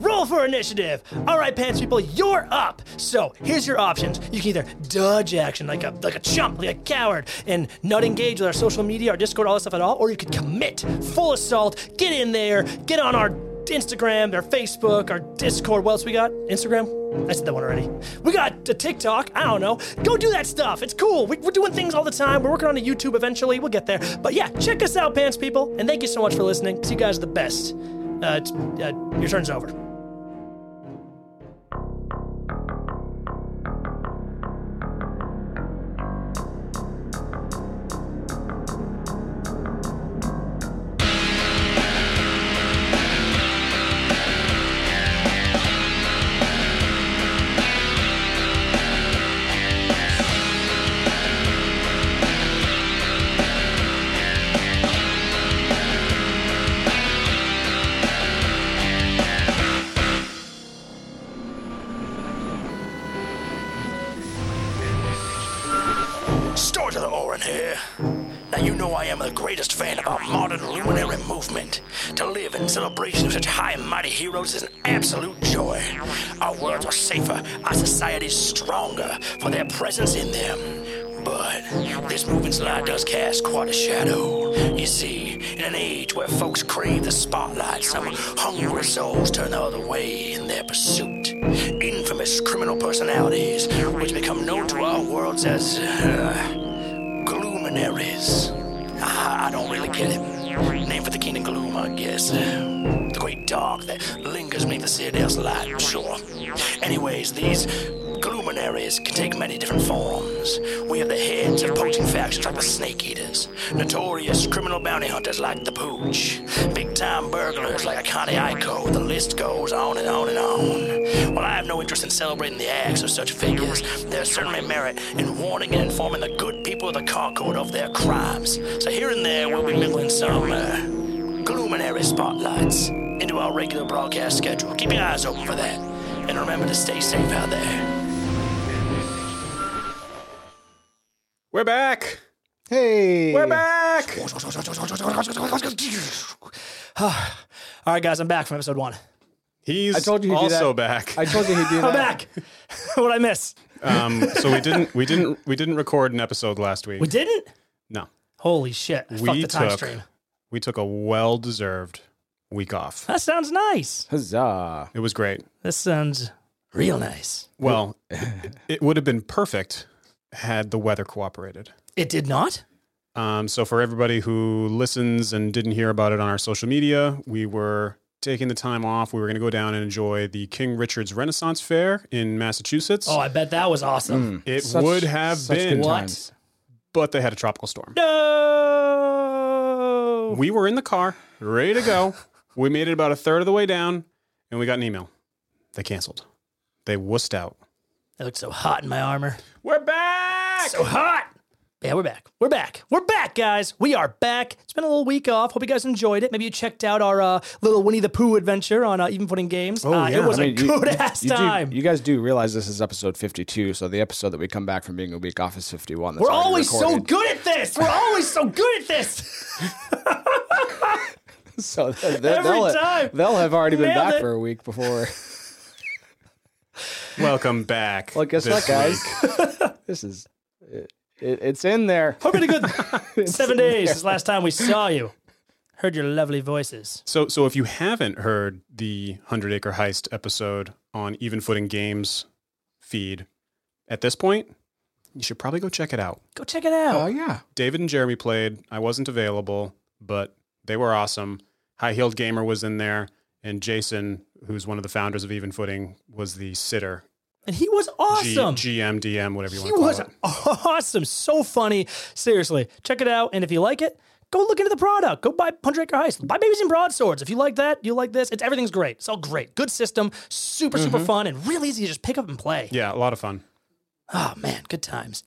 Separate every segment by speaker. Speaker 1: Roll for initiative. All right, pants people, you're up. So here's your options. You can either dodge action like a like a chump, like a coward, and not engage with our social media, our Discord, all that stuff at all, or you could commit full assault. Get in there. Get on our Instagram, our Facebook, our Discord. What else we got? Instagram? I said that one already. We got the TikTok. I don't know. Go do that stuff. It's cool. We, we're doing things all the time. We're working on a YouTube eventually. We'll get there. But yeah, check us out, pants people. And thank you so much for listening. 'cause you guys are the best. Uh, t- uh, your turn's over.
Speaker 2: Start of the Orin here. Now you know I am the greatest fan of our modern luminary movement. To live in celebration of such high and mighty heroes is an absolute joy. Our worlds are safer, our societies stronger for their presence in them. But this movement's light does cast quite a shadow. You see, in an age where folks crave the spotlight, some hungry souls turn the other way in their pursuit. Infamous criminal personalities, which become known to our worlds as uh, gluminaries. I, I don't really get it. Name for the King of Gloom, I guess. The great dark that lingers beneath the Citadel's light, sure. Anyways, these gluminaries can take many different forms. We have the heads of poaching factions like the Snake Eaters, notorious criminal bounty hunters like the Pooch, big time burglars like Akane Aiko. The list goes on and on and on. While I have no interest in celebrating the acts of such figures, there's certainly merit in warning and informing the good people of the Concord of their crimes. So here and there we'll be mingling some uh, Gluminary spotlights into our regular broadcast schedule. Keep your eyes open for that. And remember to stay safe out there.
Speaker 3: We're back.
Speaker 4: Hey.
Speaker 3: We're back.
Speaker 1: All right, guys, I'm back from episode one.
Speaker 3: He's
Speaker 4: I told you he'd do
Speaker 3: also
Speaker 4: that.
Speaker 3: back.
Speaker 4: I told you he'd do that.
Speaker 1: I'm back. What'd I miss?
Speaker 3: um, so we didn't we didn't we didn't record an episode last week.
Speaker 1: We didn't?
Speaker 3: no.
Speaker 1: Holy shit. I fucked
Speaker 3: We
Speaker 1: the time
Speaker 3: took
Speaker 1: stream.
Speaker 3: we took a well deserved week off.
Speaker 1: That sounds nice.
Speaker 4: Huzzah.
Speaker 3: It was great.
Speaker 1: That sounds real nice.
Speaker 3: Well, it, it would have been perfect had the weather cooperated.
Speaker 1: It did not?
Speaker 3: Um, so for everybody who listens and didn't hear about it on our social media, we were taking the time off. We were going to go down and enjoy the King Richard's Renaissance Fair in Massachusetts.
Speaker 1: Oh, I bet that was awesome.
Speaker 3: it
Speaker 4: Such-
Speaker 3: would have
Speaker 4: such
Speaker 3: been,
Speaker 4: good
Speaker 1: What?
Speaker 4: times.
Speaker 3: but they had a tropical storm.
Speaker 1: No.
Speaker 3: We were in the car, ready to go. we made it about a third of the way down, and we got an email. They canceled. They wussed out.
Speaker 1: I looked so hot in my armor.
Speaker 3: We're back.
Speaker 1: So hot. Yeah, we're back. We're back. We're back, guys. We are back. It's been a little week off. Hope you guys enjoyed it. Maybe you checked out our uh, little Winnie the Pooh adventure on uh, Even Footing Games.
Speaker 3: Oh,
Speaker 1: uh,
Speaker 3: yeah.
Speaker 1: It was
Speaker 3: I
Speaker 1: a
Speaker 4: you-
Speaker 1: good ass
Speaker 4: you do-
Speaker 1: time.
Speaker 4: you guys do realize this is episode 52, so the episode that we come back from being a week off is 51. That's
Speaker 1: we're
Speaker 4: already
Speaker 1: always so
Speaker 4: recorded.
Speaker 1: good at this. We're always so good at this.
Speaker 4: So they,
Speaker 1: Every
Speaker 4: will
Speaker 1: time.
Speaker 4: they'll have already been
Speaker 1: Nailed
Speaker 4: back
Speaker 1: it.
Speaker 4: for a week before.
Speaker 3: Welcome back.
Speaker 4: Well, guess what,
Speaker 3: this
Speaker 4: guys? this is it, it, it's in there.
Speaker 1: Hope you had a good seven days since last time we saw you. Heard your lovely voices.
Speaker 3: So, so if you haven't heard the Hundred Acre Heist episode on Even Footing Games feed, at this point, you should probably go check it out.
Speaker 1: Go check it
Speaker 3: Oh,
Speaker 1: out.
Speaker 4: yeah,
Speaker 3: David and Jeremy played. I wasn't available, but they were awesome. High Heeled Gamer was in there, and Jason, who's one of the founders of Even Footing, was the sitter.
Speaker 1: and he was
Speaker 3: G-
Speaker 1: awesome.
Speaker 3: GM, DM, whatever you
Speaker 1: He
Speaker 3: want to call
Speaker 1: was
Speaker 3: it.
Speaker 1: awesome. So funny. Seriously, check it out. And if you like it, go look into the product. Go buy Hundred Acre Heist. Buy Babies and Broadswords. If you like that, you like this. It's everything's great. It's all great. Good system. Super super fun and real easy to just pick up and play.
Speaker 3: Mm-hmm. Yeah, a lot of fun.
Speaker 1: Oh man, good times.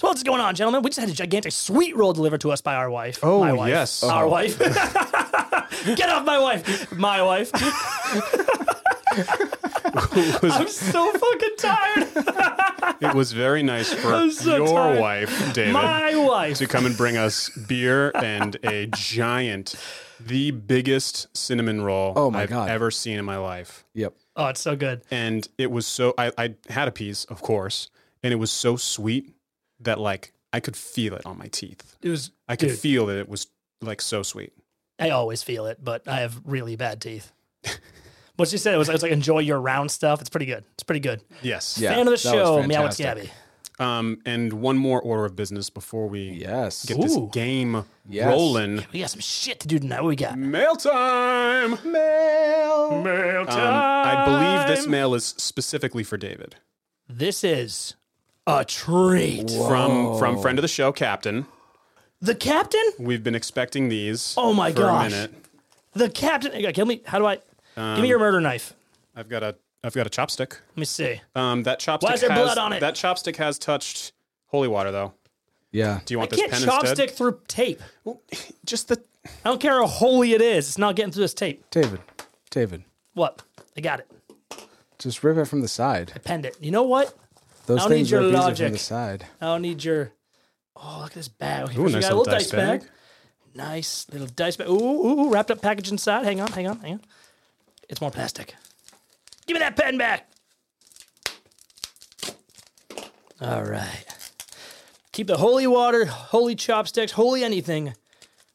Speaker 1: So what's going on, gentlemen? We just had a gigantic sweet roll delivered to us by our wife.
Speaker 3: Oh,
Speaker 1: my wife.
Speaker 3: yes.
Speaker 1: our
Speaker 3: Oh.
Speaker 1: wife. Get off my wife, my wife. I'm so fucking tired.
Speaker 3: It was very nice for
Speaker 1: I'm so
Speaker 3: your
Speaker 1: tired.
Speaker 3: wife, David,
Speaker 1: My wife.
Speaker 3: to come and bring us beer and a giant, the biggest cinnamon roll
Speaker 4: Oh my
Speaker 3: I've
Speaker 4: God.
Speaker 3: ever seen in my life.
Speaker 4: Yep.
Speaker 1: Oh, it's so good.
Speaker 3: And it was so, I, I had a piece, of course, and it was so sweet that like I could feel it on my teeth.
Speaker 1: It was.
Speaker 3: I could
Speaker 1: Dude.
Speaker 3: feel that it was like so sweet.
Speaker 1: I always feel it, but I have really bad teeth. What she said was, I was like, enjoy your round stuff. It's pretty good. It's pretty good.
Speaker 3: Yes.
Speaker 4: Yeah.
Speaker 1: Fan of the
Speaker 4: that was
Speaker 1: show, Meow It's
Speaker 4: fantastic.
Speaker 1: Gabby.
Speaker 3: Um, and one more order of business before we
Speaker 4: Yes.
Speaker 3: get this
Speaker 1: Ooh.
Speaker 3: game
Speaker 4: Yes.
Speaker 3: rolling.
Speaker 1: We got some shit to do tonight. What we got?
Speaker 3: Mail time. Mail.
Speaker 1: Mail
Speaker 3: Um, I believe this mail is specifically for David
Speaker 1: This is a treat.
Speaker 3: from from friend of the show, Captain.
Speaker 1: The captain?
Speaker 3: We've been expecting these.
Speaker 1: Oh my
Speaker 3: for
Speaker 1: gosh.
Speaker 3: A minute.
Speaker 1: The captain. Okay, Give me. How do I? give me your murder knife.
Speaker 3: I've got a I've got a chopstick.
Speaker 1: Let me see.
Speaker 3: Um, that chopstick
Speaker 1: is there
Speaker 3: has
Speaker 1: blood on it?
Speaker 3: that chopstick has touched holy water though.
Speaker 4: Yeah.
Speaker 3: Do you want
Speaker 1: I
Speaker 3: this
Speaker 1: can't
Speaker 3: pen
Speaker 1: chopstick
Speaker 3: instead?
Speaker 1: through tape.
Speaker 3: Just the
Speaker 1: I don't care how holy it is. It's not getting through this tape.
Speaker 4: David. David.
Speaker 1: What? I got it.
Speaker 4: Just rip it from the side.
Speaker 1: Penned it. You know what?
Speaker 4: Those
Speaker 1: I'll need
Speaker 4: things
Speaker 1: your
Speaker 4: rip easier
Speaker 1: logic.
Speaker 4: from the side.
Speaker 1: I don't need your. Oh, look at this bag. Okay,
Speaker 3: Ooh,
Speaker 1: first we
Speaker 3: nice
Speaker 1: got a
Speaker 3: little
Speaker 1: little
Speaker 3: dice
Speaker 1: dice, bag.
Speaker 3: bag.
Speaker 1: Nice little dice bag. Ooh, ooh, ooh, wrapped up package inside. Hang on, hang on, hang on. It's more plastic. Give me that pen back. All right. Keep the holy water, holy chopsticks, holy anything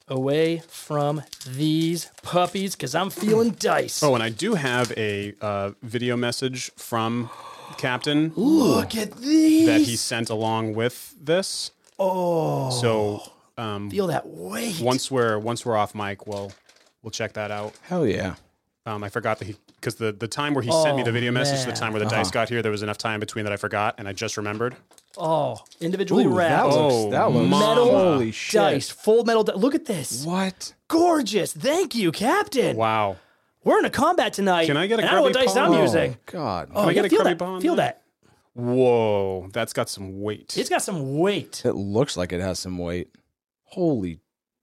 Speaker 1: away from these puppies because I'm feeling
Speaker 4: Hmm.
Speaker 1: dice.
Speaker 3: Oh, and I do have a uh, video message from Captain
Speaker 1: Look at these.
Speaker 3: that he sent along with this. Oh. So um,
Speaker 1: Feel that weight.
Speaker 3: once we're once we're off mic, we'll we'll check that out.
Speaker 4: Hell yeah.
Speaker 3: Um, I forgot that he because the the time where he sent me the
Speaker 1: Oh,
Speaker 3: video message, to the
Speaker 1: man.
Speaker 3: time where the dice got here, there was enough time between that I forgot, and I just remembered.
Speaker 1: Oh, individually
Speaker 4: Ooh, that
Speaker 1: wrapped.
Speaker 4: looks,
Speaker 3: Oh,
Speaker 4: that looks
Speaker 3: metal
Speaker 4: holy shit.
Speaker 1: dice, full metal. Di- Look at this.
Speaker 4: What?
Speaker 1: Gorgeous. Thank you, Captain.
Speaker 3: Wow.
Speaker 1: We're in a combat tonight.
Speaker 3: Can I get a
Speaker 1: and I know what
Speaker 3: grubby
Speaker 1: dice
Speaker 3: paw?
Speaker 1: I'm
Speaker 3: Oh.
Speaker 1: using.
Speaker 4: God.
Speaker 1: Oh,
Speaker 3: I
Speaker 1: yeah,
Speaker 3: get a
Speaker 1: feel
Speaker 3: grubby
Speaker 1: that.
Speaker 3: paw on
Speaker 1: Feel
Speaker 3: that?
Speaker 1: that.
Speaker 3: Whoa, that's got some weight.
Speaker 1: It's got some weight.
Speaker 4: It looks like it has some weight. Holy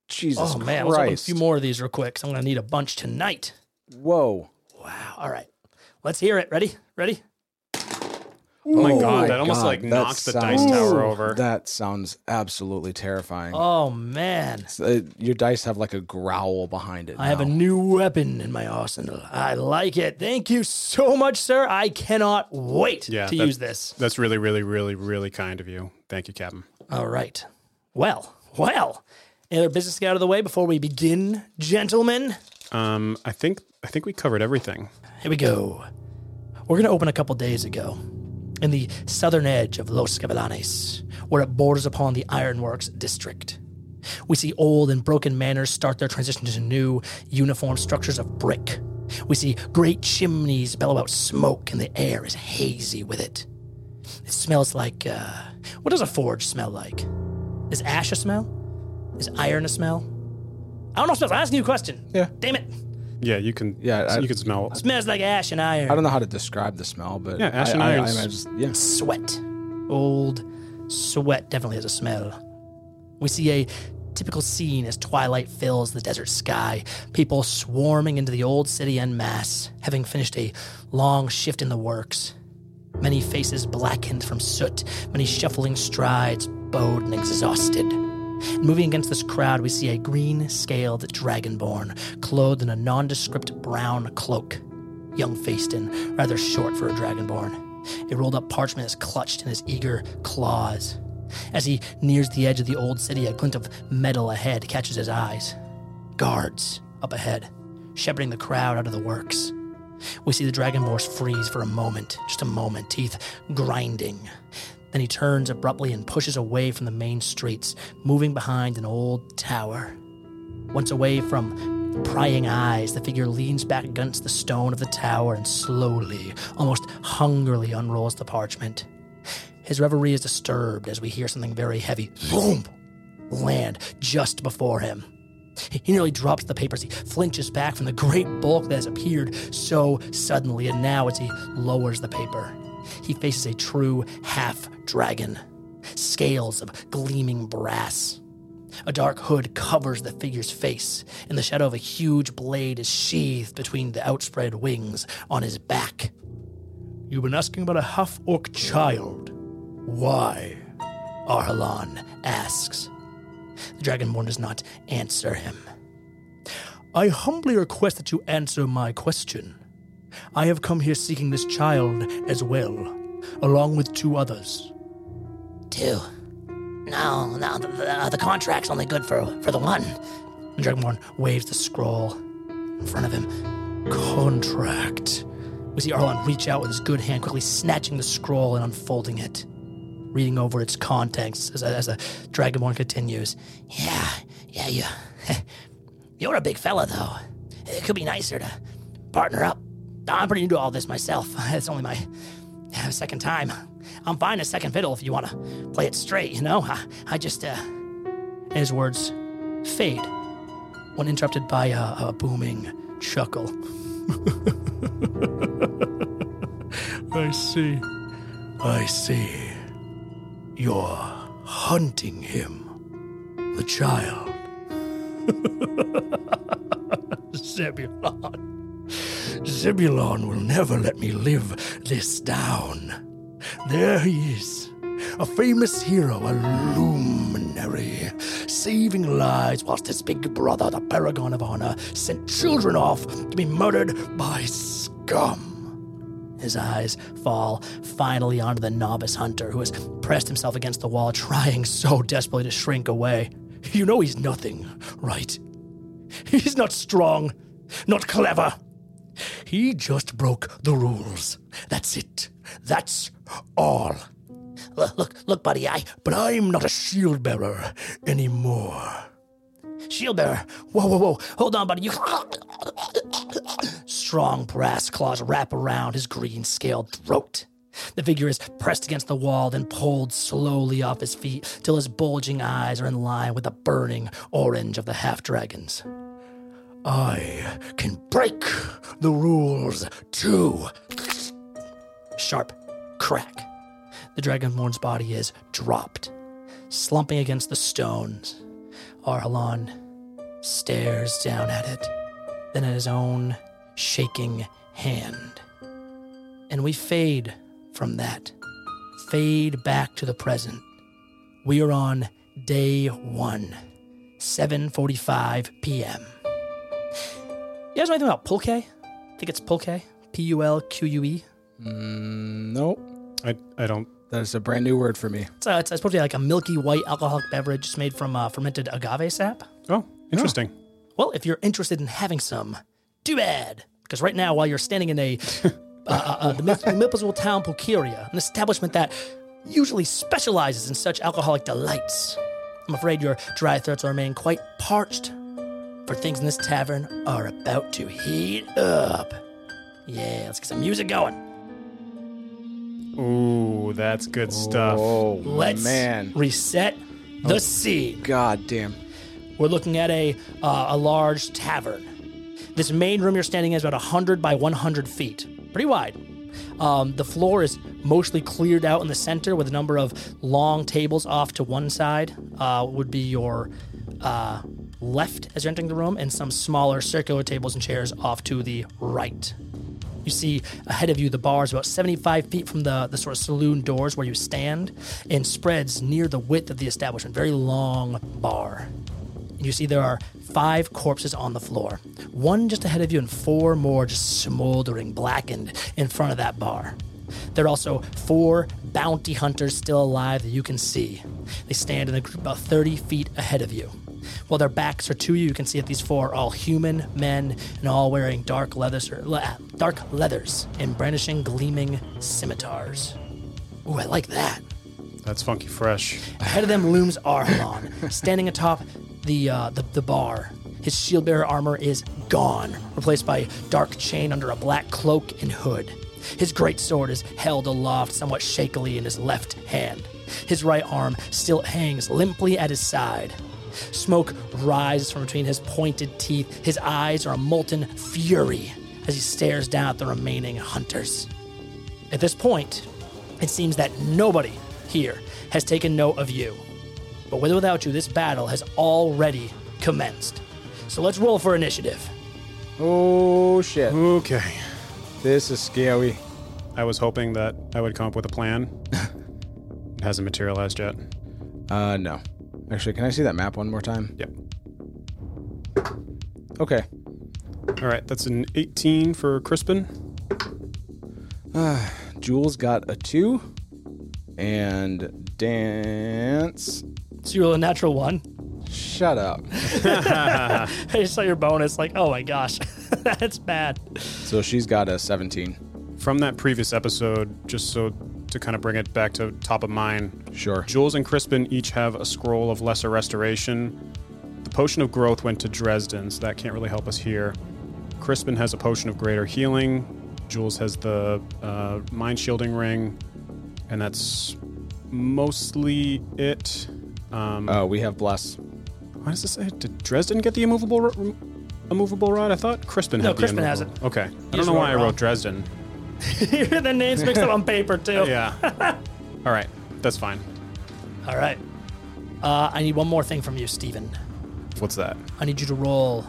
Speaker 4: Jesus
Speaker 1: Oh man, let's open a
Speaker 4: Christ.
Speaker 1: few more of these real quick. 'cause I'm gonna need a bunch tonight.
Speaker 4: Whoa.
Speaker 1: Wow. All right, let's hear it. Ready? Ready?
Speaker 3: oh my
Speaker 4: Oh
Speaker 3: god,
Speaker 4: my
Speaker 3: that almost
Speaker 4: God,
Speaker 3: like
Speaker 4: that
Speaker 3: knocks the dice
Speaker 4: sounds-
Speaker 3: tower over.
Speaker 4: That sounds absolutely terrifying.
Speaker 1: Oh man,
Speaker 4: It's, uh, your dice have like a growl behind it.
Speaker 1: I have a
Speaker 4: now.
Speaker 1: new weapon in my arsenal. I like it. Thank you so much, sir. I cannot wait
Speaker 3: Yeah,
Speaker 1: to
Speaker 3: that-
Speaker 1: use this.
Speaker 3: that's really, really, really, really kind of you. Thank you, Captain.
Speaker 1: All right. Well, well. Any other business to get out of the way before we begin, gentlemen?
Speaker 3: Um, I think I think we covered everything.
Speaker 1: Here we go. We're going to open a couple days ago in the southern edge of Los Cabellanes, where it borders upon the Ironworks district. We see old and broken manors start their transition to new, uniform structures of brick. We see great chimneys bellow out smoke, and the air is hazy with it. It smells like, uh, what does a forge smell like? Is ash a smell? Is iron a smell? I don't know smells. I'm asking you a question.
Speaker 4: Yeah.
Speaker 1: Damn it.
Speaker 3: Yeah, you can.
Speaker 4: Yeah, I-
Speaker 3: you can smell. it.
Speaker 1: Smells like ash and iron.
Speaker 4: I don't know how to describe the smell, but
Speaker 3: Yeah, ash
Speaker 4: I-
Speaker 3: and
Speaker 4: I-
Speaker 3: irons.
Speaker 4: I- I just- yeah.
Speaker 1: sweat. Old sweat definitely has a smell. We see a typical scene as twilight fills the desert sky, people swarming into the old city en masse, having finished a long shift in the works. Many faces blackened from soot, many shuffling strides, bowed and exhausted. Moving against this crowd, we see a green scaled dragonborn, clothed in a nondescript brown cloak young faced and rather short for a dragonborn. A rolled up parchment is clutched in his eager claws. As he nears the edge of the old city, a glint of metal ahead catches his eyes. Guards up ahead, shepherding the crowd out of the works. We see the dragonborn freeze for a moment, just a moment, teeth grinding. Then he turns abruptly and pushes away from the main streets, moving behind an old tower. Once away from prying eyes, the figure leans back against the stone of the tower and slowly, almost hungrily, unrolls the parchment. His reverie is disturbed as we hear something very heavy boom, land just before him. He nearly drops the papers. He flinches back from the great bulk that has appeared so suddenly, and now as he lowers the paper, he faces a true half dragon, scales of gleaming brass. A dark hood covers the figure's face, and the shadow of a huge blade is sheathed between the outspread wings on his back. You've been asking about a half orc child. Why? Arhalan asks. The Dragonborn does not answer him. I humbly request that you answer my question. I have come here seeking this child as well, along with two others.
Speaker 5: Two. No, no, the, uh, the, the contract's only good for, for the one.
Speaker 1: The Dragonborn waves the scroll in front of him. Contract. We see Arlon reach out with his good hand, quickly snatching the scroll and unfolding it, reading over its contents as, as the Dragonborn continues.
Speaker 5: Yeah, yeah, you. You're a big fella, though. It could be nicer to partner up. I'm pretty new to all this myself. It's only my second time. I'm fine as second fiddle if you want to play it straight, you know? I, I just, uh.
Speaker 1: And his words fade when interrupted by a, a booming chuckle. I see. I see. You're hunting him, the child. Zebulon. Zebulon will never let me live this down. There he is, a famous hero, a luminary, saving lives whilst his big brother, the paragon of honor, sent children off to be murdered by scum. His eyes fall finally onto the novice hunter who has pressed himself against the wall, trying so desperately to shrink away. You know he's nothing, right? He's not strong, not clever. He just broke the rules. That's it. That's all.
Speaker 5: Look, look, look, buddy, I.
Speaker 1: But I'm not a shield bearer anymore.
Speaker 5: Shield bearer.
Speaker 1: Whoa, whoa, whoa. Hold on, buddy. You. Strong brass claws wrap around his green scaled throat. The figure is pressed against the wall, then pulled slowly off his feet till his bulging eyes are in line with the burning orange of the half dragons. I can break the rules too. Sharp crack. The Dragonborn's body is dropped, slumping against the stones. Arhalan stares down at it, then at his own shaking hand. And we fade from that, fade back to the present. We are on day one, 7:45 p.m. You guys know anything about pulque? I think it's pulque. P U L Q U E.
Speaker 4: Nope.
Speaker 3: I, I don't.
Speaker 4: That is a brand new word for me.
Speaker 1: It's, uh, it's it's supposed to be like a milky white alcoholic beverage just made from uh, fermented agave sap.
Speaker 3: Oh, interesting.
Speaker 1: Well, if you're interested in having some, too bad. Because right now, while you're standing in a uh, uh, uh, the Mip- Mipplesville town pulqueria, an establishment that usually specializes in such alcoholic delights, I'm afraid your dry throats are remaining quite parched. For things in this tavern are about to heat up. Yeah, let's get some music going.
Speaker 3: Ooh, that's good stuff.
Speaker 4: Oh
Speaker 1: Uh, Let's
Speaker 4: man,
Speaker 1: reset the scene.
Speaker 4: god damn.
Speaker 1: We're looking at a uh, a large tavern. This main room you're standing in is about 100 by 100 feet, pretty wide. Um, the floor is mostly cleared out in the center with a number of long tables off to one side, uh, would be your uh, left as you're entering the room, and some smaller circular tables and chairs off to the right. You see ahead of you the bar is about 75 feet from the, the sort of saloon doors where you stand and spreads near the width of the establishment. Very long bar. And you see there are five corpses on the floor, one just ahead of you, and four more just smoldering, blackened in front of that bar. There are also four bounty hunters still alive that you can see. They stand in a group about 30 feet ahead of you. While their backs are to you, you can see that these four are all human men and all wearing dark leathers, or, le- dark leathers and brandishing gleaming scimitars. Ooh, I like that.
Speaker 3: That's funky fresh.
Speaker 1: Ahead of them looms Arhalon, standing atop the, uh, the the bar. His shield bearer armor is gone, replaced by dark chain under a black cloak and hood. His great sword is held aloft somewhat shakily in his left hand. His right arm still hangs limply at his side. Smoke rises from between his pointed teeth. His eyes are a molten fury as he stares down at the remaining hunters. At this point, it seems that nobody here has taken note of you. But with or without you, this battle has already commenced. So let's roll for initiative.
Speaker 4: Oh shit!
Speaker 3: Okay.
Speaker 4: This is scary.
Speaker 3: I was hoping that I would come up with a plan. it hasn't materialized yet.
Speaker 4: Uh, no. Actually, can I see that map one more time?
Speaker 3: Yep.
Speaker 4: Okay.
Speaker 3: All right, that's an 18 for Crispin.
Speaker 4: Jules got a two, and dance.
Speaker 1: So you roll a natural one.
Speaker 4: Shut up.
Speaker 1: I just saw your bonus, like, oh my gosh, that's bad.
Speaker 4: So she's got a seventeen.
Speaker 3: From that previous episode, just so to kind of bring it back to top of mind,
Speaker 4: Sure.
Speaker 3: Jules and Crispin each have a scroll of lesser restoration. The potion of growth went to Dresden, so that can't really help us here. Crispin has a potion of greater healing. Jules has the uh, mind shielding ring, and that's mostly it. Um,
Speaker 4: Oh, we have bless.
Speaker 3: Why does this say? Did Dresden get the immovable ro- immovable rod? I thought Crispin
Speaker 1: No,
Speaker 3: had the
Speaker 1: Crispin has
Speaker 3: immovable- Okay. I don't
Speaker 1: just
Speaker 3: know
Speaker 1: wrote
Speaker 3: why
Speaker 1: it
Speaker 3: I wrote
Speaker 1: wrong.
Speaker 3: Dresden.
Speaker 1: the names mixed up on paper, too.
Speaker 3: Yeah. All right. That's fine.
Speaker 1: All right. Uh, I need one more thing from you, Steven.
Speaker 3: What's that?
Speaker 1: I need you to roll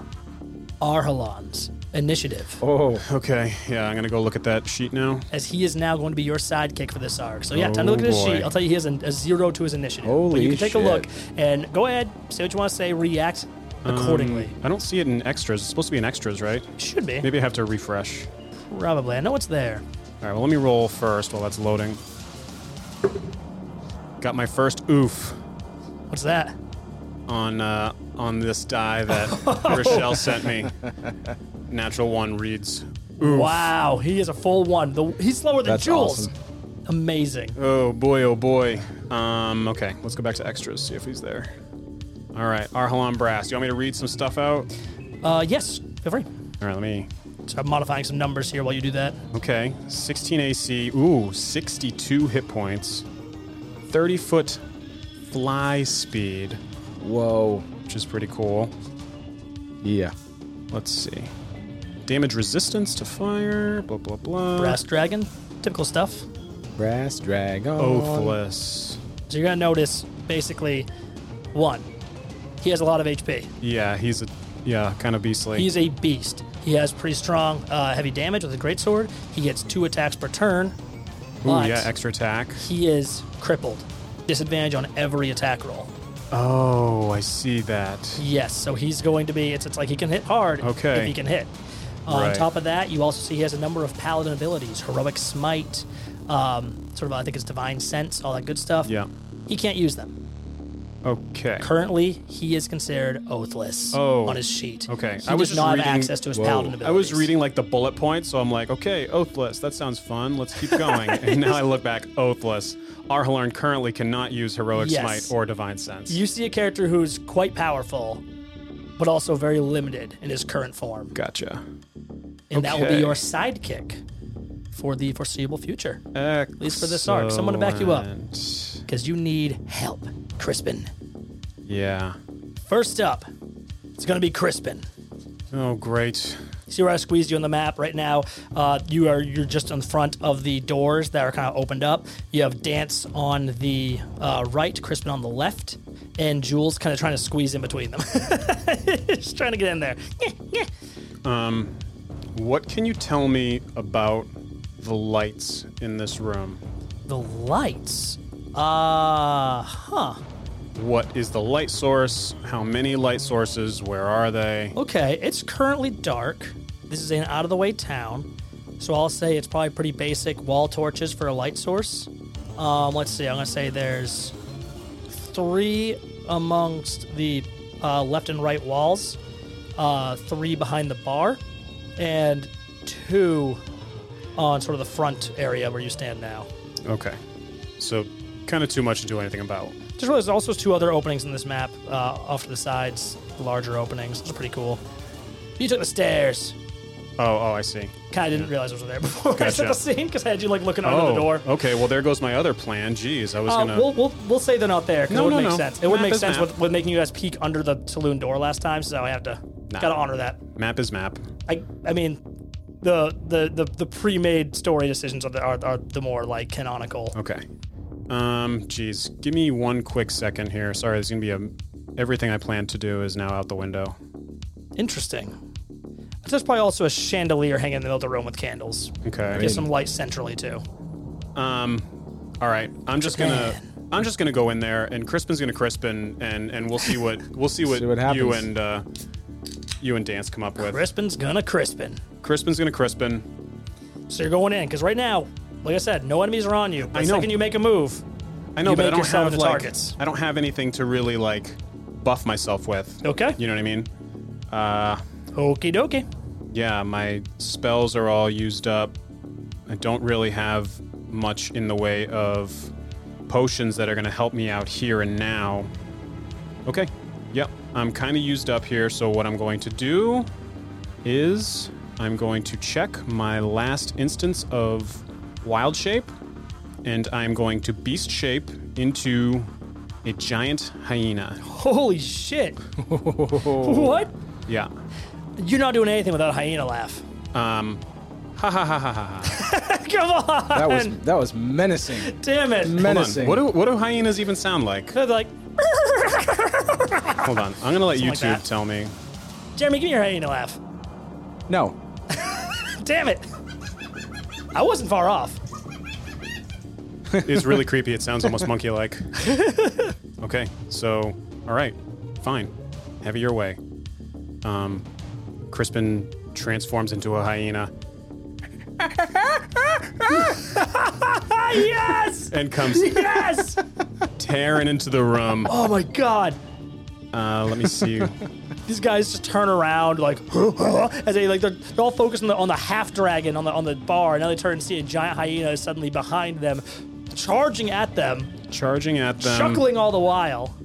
Speaker 1: Arhalon's initiative,
Speaker 4: Oh,
Speaker 3: Okay. Yeah, I'm going to go look at that sheet now. Um,
Speaker 1: as he is now going to be your sidekick for this arc. So yeah, time to
Speaker 3: Oh,
Speaker 1: look at his
Speaker 3: boy.
Speaker 1: sheet. I'll tell you, he has an, a zero to his initiative. but
Speaker 4: Holy
Speaker 1: you can take
Speaker 4: shit.
Speaker 1: a look and go ahead, say what you want to say, react accordingly.
Speaker 3: I don't see it in extras. It's supposed to be in extras, right?
Speaker 1: Should be
Speaker 3: Um, Maybe I have to refresh.
Speaker 1: probably. I know it's there.
Speaker 3: All right. Well, let me roll first while that's loading. Got my first oof
Speaker 1: What's that?
Speaker 3: on uh, on this die that Rochelle sent me. Natural one reads. Oof.
Speaker 1: Wow, he is a full one. The, he's slower than
Speaker 4: That's
Speaker 1: Jules.
Speaker 4: awesome.
Speaker 1: Amazing.
Speaker 3: Oh boy, oh boy. Um, okay, let's go back to extras, see if he's there. All right, Arhalon Brass. You want me to read some stuff out?
Speaker 1: Uh, yes, feel free.
Speaker 3: All right, let me.
Speaker 1: So I'm modifying some numbers here while you do that.
Speaker 3: Okay, 16 AC. Ooh, 62 hit points. 30 foot fly speed,
Speaker 4: whoa.
Speaker 3: which is pretty cool.
Speaker 4: Yeah.
Speaker 3: Let's see. Damage resistance to fire, blah, blah, blah.
Speaker 1: Brass dragon, typical stuff.
Speaker 4: Brass dragon.
Speaker 3: Oh, Oathless.
Speaker 1: So you're gonna notice basically one, he has a lot of HP.
Speaker 3: Yeah, he's a. Yeah, kind of beastly.
Speaker 1: He's a beast. He has pretty strong uh, heavy damage with a great sword. He gets two attacks per turn,
Speaker 3: Ooh,
Speaker 1: but
Speaker 3: yeah, extra attack.
Speaker 1: he is crippled. Disadvantage on every attack roll.
Speaker 3: Oh, I see that.
Speaker 1: Yes, so he's going to be. It's it's like he can hit hard.
Speaker 3: Okay.
Speaker 1: if he can hit. Uh, On
Speaker 3: Right.
Speaker 1: top of that, you also see he has a number of paladin abilities: heroic smite, um, sort of I think it's divine sense, all that good stuff.
Speaker 3: Yeah.
Speaker 1: he can't use them.
Speaker 3: Okay.
Speaker 1: Currently, he is considered oathless
Speaker 3: Oh,
Speaker 1: on his sheet.
Speaker 3: okay.
Speaker 1: he
Speaker 3: I
Speaker 1: does
Speaker 3: was just
Speaker 1: not
Speaker 3: reading-
Speaker 1: have access to his
Speaker 4: Whoa.
Speaker 1: paladin abilities.
Speaker 3: I was reading like the bullet points, so I'm like, okay, Oathless, that sounds fun. Let's keep going. and now I look back, Oathless. Arhalarn currently cannot use Heroic
Speaker 1: Yes.
Speaker 3: Smite or Divine Sense.
Speaker 1: You see a character who's quite powerful, but also very limited in his current form,
Speaker 3: gotcha.
Speaker 1: and that will be
Speaker 3: Okay.
Speaker 1: your sidekick for the foreseeable future.
Speaker 3: At
Speaker 1: least for this arc. Someone to back you up. because you need help, Crispin.
Speaker 3: Yeah.
Speaker 1: First up, it's going to be Crispin.
Speaker 3: Oh, great.
Speaker 1: See where I squeezed you on the map right now? Uh, you are you're just in front of the doors that are kind of opened up. You have Dance on the uh, right, Crispin on the left, and Jules kind of trying to squeeze in between them. just trying to get in there.
Speaker 3: What can you tell me about the lights in this room?
Speaker 1: The lights. Uh huh.
Speaker 3: What is the light source? How many light sources? Where are they?
Speaker 1: Okay, it's currently dark. This is an out of the way town. So I'll say it's probably pretty basic wall torches for a light source. Um, let's see, I'm going to say there's three amongst the uh, left and right walls, uh, three behind the bar, and two on sort of the front area where you stand now.
Speaker 3: Okay. So, kind of too much to do anything about.
Speaker 1: Just realized there's also two other openings in this map uh, off to the sides, larger openings. It's pretty cool. You took the stairs.
Speaker 3: Oh, oh, I see.
Speaker 1: Kind of didn't realize those were there before I set
Speaker 3: Gotcha.
Speaker 1: the scene because I had you like looking under
Speaker 3: Oh,
Speaker 1: the door.
Speaker 3: okay. Well, there goes my other plan. Jeez, I was
Speaker 1: Uh,
Speaker 3: gonna.
Speaker 1: we'll, we'll, we'll say they're not there because
Speaker 3: No,
Speaker 1: it would
Speaker 3: no,
Speaker 1: make
Speaker 3: no.
Speaker 1: sense. It would
Speaker 3: Map
Speaker 1: make
Speaker 3: is
Speaker 1: sense
Speaker 3: map.
Speaker 1: with, with making you guys peek under the saloon door last time, so I have to
Speaker 3: Nah.
Speaker 1: gotta honor that.
Speaker 3: Map is map.
Speaker 1: I I mean,
Speaker 3: Oh.
Speaker 1: the the the, the pre-made story decisions are the, are, are the more like canonical.
Speaker 3: Okay. Um, geez, give me one quick second here. Sorry, there's gonna be a. Everything I planned to do is now out the window.
Speaker 1: Interesting. There's probably also a chandelier hanging in the middle of the room with candles.
Speaker 3: Okay.
Speaker 1: Get some light centrally too.
Speaker 3: All right. I'm just gonna. I'm just gonna go in there, and Crispin's gonna Crispin, and and we'll see what we'll see what,
Speaker 4: See what
Speaker 3: you
Speaker 4: happens.
Speaker 3: and uh, you and Dance come up with.
Speaker 1: Crispin's gonna Crispin.
Speaker 3: Crispin's gonna Crispin.
Speaker 1: So you're going in because right now, like I said, no enemies are on you. But
Speaker 3: I
Speaker 1: the
Speaker 3: know.
Speaker 1: second you make a move,
Speaker 3: I know,
Speaker 1: You
Speaker 3: but I
Speaker 1: make
Speaker 3: don't
Speaker 1: yourself
Speaker 3: have
Speaker 1: the
Speaker 3: like
Speaker 1: targets.
Speaker 3: I don't have anything to really like buff myself with.
Speaker 1: okay,
Speaker 3: You know what I mean? Uh,
Speaker 1: okie dokie.
Speaker 3: yeah, my spells are all used up. I don't really have much in the way of potions that are going to help me out here and now. Okay. Yep. I'm kind of used up here, so what I'm going to do is I'm going to check my last instance of wild shape and I'm going to beast shape into a giant hyena.
Speaker 1: Holy shit! what?
Speaker 3: Yeah.
Speaker 1: You're not doing anything without a hyena laugh.
Speaker 3: Um ha ha ha ha ha. ha.
Speaker 1: Come on!
Speaker 4: That was that was menacing.
Speaker 1: damn it!
Speaker 3: Hold on.
Speaker 4: Menacing.
Speaker 3: What do what do hyenas even sound like?
Speaker 1: They're like,
Speaker 3: Hold on. I'm gonna let
Speaker 1: Something
Speaker 3: YouTube
Speaker 1: like that.
Speaker 3: tell me.
Speaker 1: Jeremy, give me your hyena laugh.
Speaker 4: no.
Speaker 1: Damn it! I wasn't far off.
Speaker 3: It's really creepy. It sounds almost monkey-like. Okay. So, all right, fine. Have it your way. Um, Crispin transforms into a hyena
Speaker 1: Yes!
Speaker 3: and comes
Speaker 1: Yes!
Speaker 3: tearing into the room.
Speaker 1: oh my god!
Speaker 3: Uh, let me see.
Speaker 1: These guys just turn around like as they like they're, they're all focused on the on the half dragon on the on the bar. Now they turn and see a giant hyena is suddenly behind them, charging at them,
Speaker 3: Charging at them.
Speaker 1: chuckling all the while.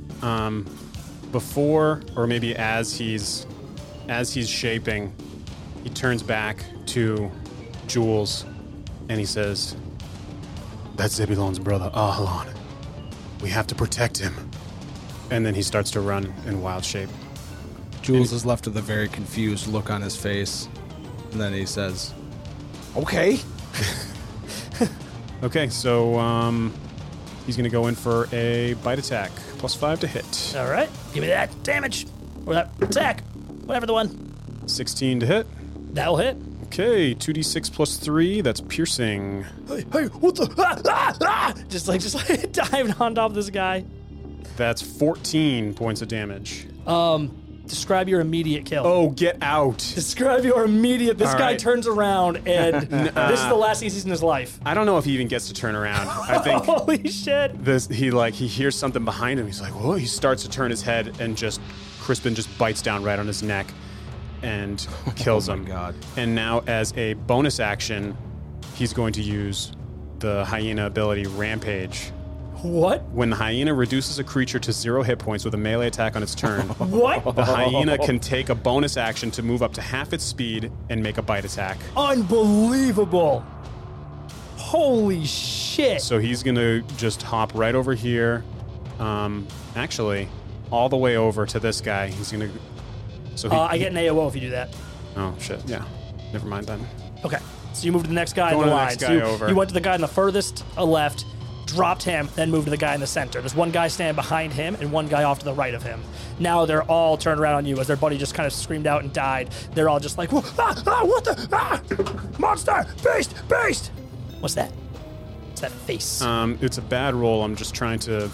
Speaker 3: before or maybe as he's as he's shaping he turns back to jules and he says that's zebulon's brother ahalon we have to protect him and then he starts to run in wild shape
Speaker 4: Jules is left with a very confused look on his face, and then he says, "Okay."
Speaker 3: okay so um he's gonna go in for a bite attack plus five to hit
Speaker 1: All right, give me that damage or that attack, whatever the one
Speaker 3: 16 to hit
Speaker 1: that'll hit.
Speaker 3: okay 2d6 plus 3 that's piercing
Speaker 1: Hey, hey, what the? Ah, ah, ah! Just like just like diving on top of this guy.
Speaker 3: that's 14 points of damage
Speaker 1: Describe your immediate kill.
Speaker 3: oh get out
Speaker 1: Describe your immediate. This
Speaker 3: All
Speaker 1: guy
Speaker 3: right. uh,
Speaker 1: turns around and this is the last he sees in his life.
Speaker 3: I don't know if he even gets to turn around. I think
Speaker 1: Holy shit!
Speaker 3: this he like he hears something behind him. He's like, "Whoa!" He starts to turn his head, and just Crispin just bites down right on his neck and kills him.
Speaker 4: God.
Speaker 3: And now, as a bonus action, he's going to use the hyena ability Rampage.
Speaker 1: What?
Speaker 3: When the hyena reduces a creature to zero hit points with a melee attack on its turn,
Speaker 1: What?
Speaker 3: the hyena can take a bonus action to move up to half its speed and make a bite attack.
Speaker 1: Unbelievable! Holy shit!
Speaker 3: So he's gonna just hop right over here. Um, actually, all the way over to this guy. He's gonna. So he,
Speaker 1: uh, I get an AOO if you do that.
Speaker 3: oh shit. Yeah. Never mind then.
Speaker 1: Okay. So you move to the next guy in
Speaker 3: Going to
Speaker 1: the
Speaker 3: the
Speaker 1: line.
Speaker 3: next
Speaker 1: so you,
Speaker 3: guy over.
Speaker 1: you went to the guy in the furthest uh, left, dropped him, then moved to the guy in the center. There's one guy standing behind him and one guy off to the right of him. Now they're all turned around on you as their buddy just kind of screamed out and died. They're all just like, "Whoa, ah, ah, what the? Ah! Monster! Beast! Beast! What's that? What's that face?
Speaker 3: Um, it's a bad roll. I'm just trying to.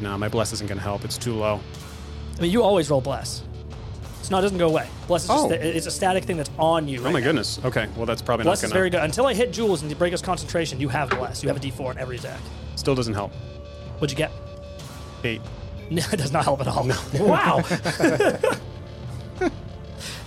Speaker 3: Nah, my bless isn't gonna help. It's too low.
Speaker 1: I mean, you always roll bless. It's not, it doesn't go away. Bless is
Speaker 4: Oh.
Speaker 1: just, it's a static thing that's on you.
Speaker 3: Oh my goodness. Okay. Well, that's probably
Speaker 1: Bless
Speaker 3: not
Speaker 1: is
Speaker 3: gonna.
Speaker 1: very good. Until I hit Jules and you break his concentration, you have bless. You have a D4 in every attack.
Speaker 3: Still doesn't help.
Speaker 1: What'd you get?
Speaker 3: Eight.
Speaker 1: No, it does not help at all. Wow.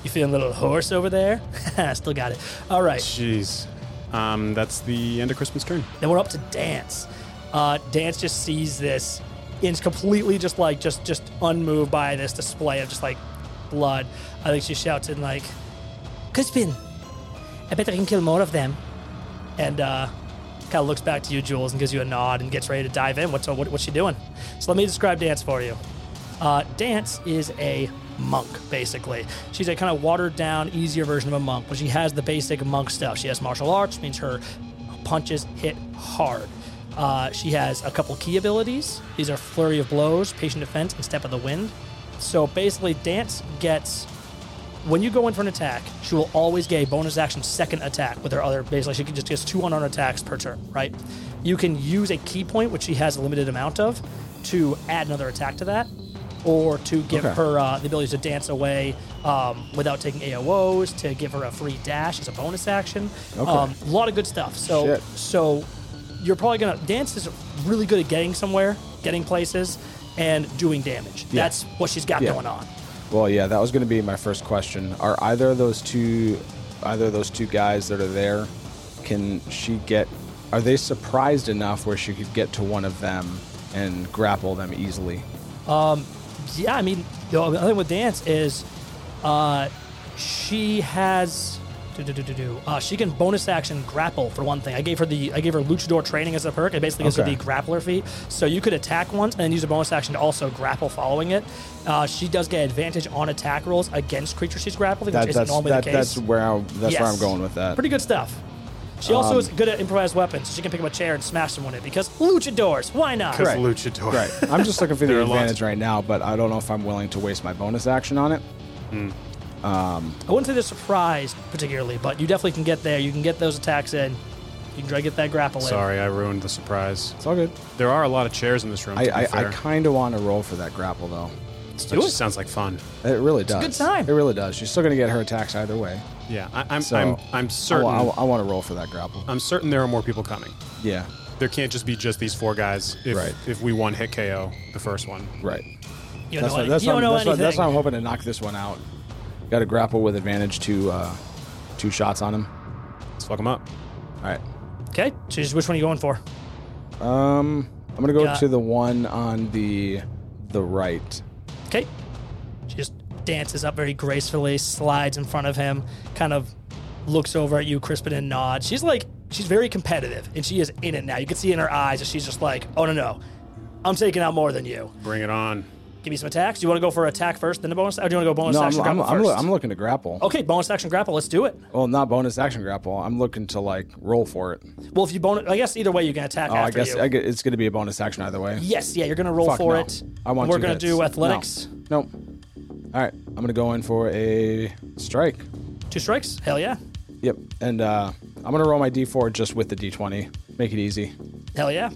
Speaker 1: you feeling a little hoarse over there? Still got it. All right.
Speaker 3: Jeez. Um, that's the end of Crispin's turn.
Speaker 1: Then we're up to Dance. Uh, Dance just sees this and is completely just like just just unmoved by this display of just like blood. I think she shouts in like, "Crispin, I bet I can kill more of them." And uh, kind of looks back to you, Jules, and gives you a nod and gets ready to dive in. What's uh, what, what's she doing? So let me describe Dance for you. Uh, Dance is a monk, basically. She's a kind of watered down, easier version of a monk, but she has the basic monk stuff. She has martial arts, which means her punches hit hard. Uh, she has a couple key abilities. These are Flurry of Blows, Patient Defense, and Step of the Wind. So basically, Dance gets when you go in for an attack, she will always get a bonus action second attack with her other. Basically, she can just gets two unarmed attacks per turn, right? You can use a key point, which she has a limited amount of, to add another attack to that, or to give
Speaker 4: Okay.
Speaker 1: her uh, the ability to dance away um, without taking AOs, to give her a free dash as a bonus action.
Speaker 4: Okay.
Speaker 1: Um, a lot of good stuff. So,
Speaker 4: Shit.
Speaker 1: so you're probably gonna dance is really good at getting somewhere, getting places, and doing damage.
Speaker 4: Yeah.
Speaker 1: That's what she's got
Speaker 4: Yeah.
Speaker 1: going on.
Speaker 4: Well, yeah, that was going to be my first question. Are either of those two, either of those two guys that are there, can she get? Are they surprised enough where she could get to one of them and grapple them easily?
Speaker 1: yeah, I mean, the other thing with dance is, uh, she has. do, do, do, do, do. Uh, she can bonus action grapple for one thing. I gave her the I gave her luchador training as a perk. It basically gives
Speaker 4: Okay.
Speaker 1: her the grappler feat. So you could attack once and then use a bonus action to also grapple following it. Uh, she does get advantage on attack rolls against creatures she's grappling,
Speaker 4: That-
Speaker 1: which isn't
Speaker 4: that's
Speaker 1: normally
Speaker 4: that-
Speaker 1: the case.
Speaker 4: that's where I'm, that's where I'm
Speaker 1: Yes.
Speaker 4: going with that. Um,
Speaker 1: Pretty good stuff. She also is good at improvised weapons. She can pick up a chair and smash someone with it because luchadors. Why not?
Speaker 3: Because
Speaker 4: Right.
Speaker 3: Luchador.
Speaker 4: Right. I'm just looking for
Speaker 3: There
Speaker 4: the
Speaker 3: are lots.
Speaker 4: advantage right now, but I don't know if I'm willing to waste my bonus action on it.
Speaker 1: I wouldn't say they're surprised particularly, but you definitely can get there. You can get those attacks in. You can try to get that grapple in.
Speaker 3: Sorry, I ruined the surprise.
Speaker 4: It's all good.
Speaker 3: There are a lot of chairs in this room.
Speaker 4: I
Speaker 3: to be
Speaker 4: I, I
Speaker 3: fair.
Speaker 4: kind of want to roll for that grapple though.
Speaker 3: That
Speaker 1: do
Speaker 3: just
Speaker 1: it.
Speaker 3: sounds like fun.
Speaker 4: It really does.
Speaker 1: good time.
Speaker 4: It really does. She's still going to get her attacks either way.
Speaker 3: Yeah, I, I'm,
Speaker 4: So
Speaker 3: I'm, I'm certain.
Speaker 4: I, want to roll for that grapple.
Speaker 3: I'm certain there are more people coming.
Speaker 4: Yeah.
Speaker 3: There can't just be just these four guys. If,
Speaker 4: Right.
Speaker 3: if we one hit KO the first one,
Speaker 4: Right.
Speaker 1: You don't
Speaker 4: That's
Speaker 1: know,
Speaker 4: what,
Speaker 1: any-
Speaker 4: that's,
Speaker 1: you
Speaker 4: what,
Speaker 1: don't
Speaker 4: I'm-
Speaker 1: know
Speaker 4: that's, what,
Speaker 1: anything.
Speaker 4: that's what I'm hoping to knock this one out. Got to grapple with advantage to uh, two shots on him.
Speaker 3: let's fuck them up.
Speaker 4: All right.
Speaker 1: okay, so just which one are you going for?
Speaker 4: Um, I'm gonna go
Speaker 1: Got-
Speaker 4: to the one on the the right.
Speaker 1: Okay. She just dances up very gracefully, slides in front of him, kind of looks over at you, Crispin, and nods. She's like, she's very competitive, and she is in it now. You can see in her eyes that she's just like, oh, no, no. I'm taking out more than you.
Speaker 3: Bring it on.
Speaker 1: Give me some attacks. Do you want to go for attack first, then a bonus? Or do you want to go bonus
Speaker 4: No, I'm,
Speaker 1: action
Speaker 4: I'm,
Speaker 1: grapple
Speaker 4: I'm, loo-
Speaker 1: first? Oh.
Speaker 4: I'm looking to grapple.
Speaker 1: okay, bonus action grapple. Let's do it.
Speaker 4: Well, not bonus action grapple. I'm looking to like roll for it.
Speaker 1: Well, if you bonus, I guess either way you can attack
Speaker 4: Oh, I
Speaker 1: after
Speaker 4: guess
Speaker 1: you.
Speaker 4: I gu- it's gonna be a bonus action either way.
Speaker 1: Yes, yeah, you're gonna roll
Speaker 4: Fuck
Speaker 1: for
Speaker 4: no.
Speaker 1: it.
Speaker 4: I want.
Speaker 1: We're
Speaker 4: two
Speaker 1: gonna
Speaker 4: hits.
Speaker 1: do
Speaker 4: No.
Speaker 1: athletics.
Speaker 4: Nope. All right, I'm gonna go in for a strike.
Speaker 1: Two strikes. Hell yeah.
Speaker 4: Yep, and uh, I'm gonna roll my d4 just with the d20. Make it easy.
Speaker 1: Hell yeah.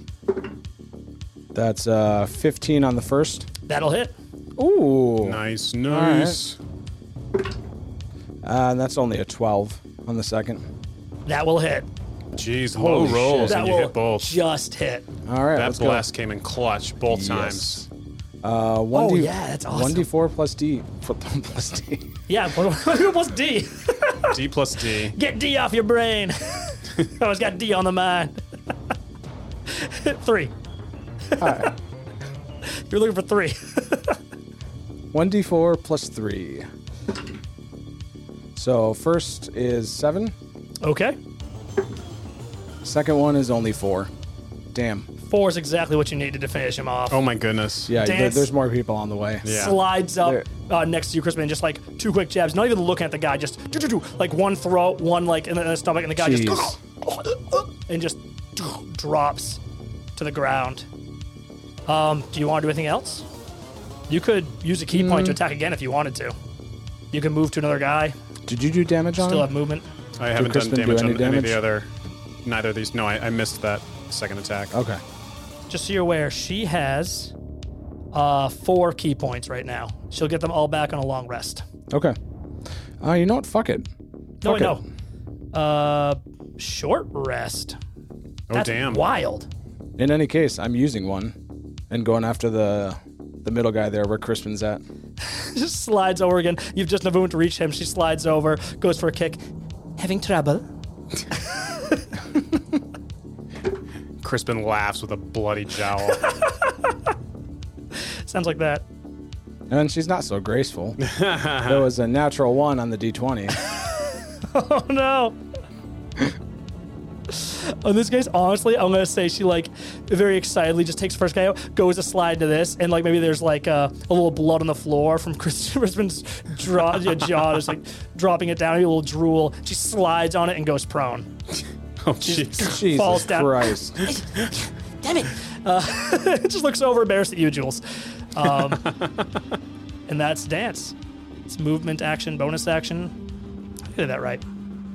Speaker 4: That's uh, 15 on the first. Uh,
Speaker 1: That'll hit.
Speaker 4: Ooh.
Speaker 3: Nice, nice.
Speaker 4: Uh, that's only a 12 on the second.
Speaker 1: That will hit.
Speaker 3: Jeez,
Speaker 4: Holy
Speaker 3: low rolls
Speaker 4: shit.
Speaker 1: That
Speaker 3: and you
Speaker 1: will
Speaker 3: hit both.
Speaker 1: just hit.
Speaker 4: All right,
Speaker 3: that
Speaker 4: let's
Speaker 3: blast came in clutch both
Speaker 4: go.
Speaker 3: times.
Speaker 4: Yes. Uh, one
Speaker 1: Oh,
Speaker 4: D-
Speaker 1: yeah, that's awesome.
Speaker 4: One d4 plus d plus d.
Speaker 1: Yeah. What's D?
Speaker 3: D plus D.
Speaker 1: Get D off your brain. I always got D on the mind. three. You're looking for three.
Speaker 4: One d4 plus three. So first is seven.
Speaker 1: okay.
Speaker 4: Second one is only four. Damn.
Speaker 1: Four is exactly what you needed to finish him off.
Speaker 3: Oh my goodness.
Speaker 4: Yeah, there-
Speaker 1: Dance.
Speaker 4: there's more people on the way.
Speaker 3: Yeah.
Speaker 1: slides up
Speaker 4: There-
Speaker 1: uh, next to you, Crispin, and just like two quick jabs. Not even looking at the guy, just do do do, like one throw, one like in the, in the stomach, and the guy
Speaker 4: Jeez.
Speaker 1: just and just drops to the ground. Um, do you want to do anything else? You could use a key point
Speaker 4: Mm.
Speaker 1: to attack again if you wanted to. You can move to another guy.
Speaker 4: Did you do damage on
Speaker 1: Still
Speaker 4: him?
Speaker 1: have movement.
Speaker 3: I haven't done
Speaker 4: Crispin do
Speaker 3: damage on
Speaker 4: any
Speaker 3: any of
Speaker 4: damage?
Speaker 3: the other. Neither of these. No, I, I missed that second attack.
Speaker 4: Okay.
Speaker 1: Just so you're aware, she has uh, four key points right now. She'll get them all back on a long rest.
Speaker 4: Okay. Uh, you know what? Fuck it.
Speaker 1: No, wait,
Speaker 4: Fuck
Speaker 1: no. Uh, short rest.
Speaker 3: Oh
Speaker 1: That's
Speaker 3: damn.
Speaker 1: Wild.
Speaker 4: In any case, I'm using one and going after the the middle guy there where Crispin's at.
Speaker 1: Just slides over again. You've just no room to reach him. She slides over, goes for a kick. Having trouble.
Speaker 3: Crispin laughs with a bloody jowl.
Speaker 1: Sounds like that.
Speaker 4: And she's not so graceful. there was a natural one on the d20.
Speaker 1: Oh no. In this case, honestly, I'm gonna say she like very excitedly just takes first guy out, goes a slide to this, and like maybe there's like uh, a little blood on the floor from Crispin's draw, yeah, jaw, just like dropping it down, maybe a little drool. She slides on it and goes prone.
Speaker 3: oh jeez.
Speaker 4: Jesus
Speaker 1: Falls down.
Speaker 4: Christ.
Speaker 5: Damn it.
Speaker 1: It just looks over embarrassed at you, Jules. Um, and that's dance. It's movement action, bonus action. I did that right.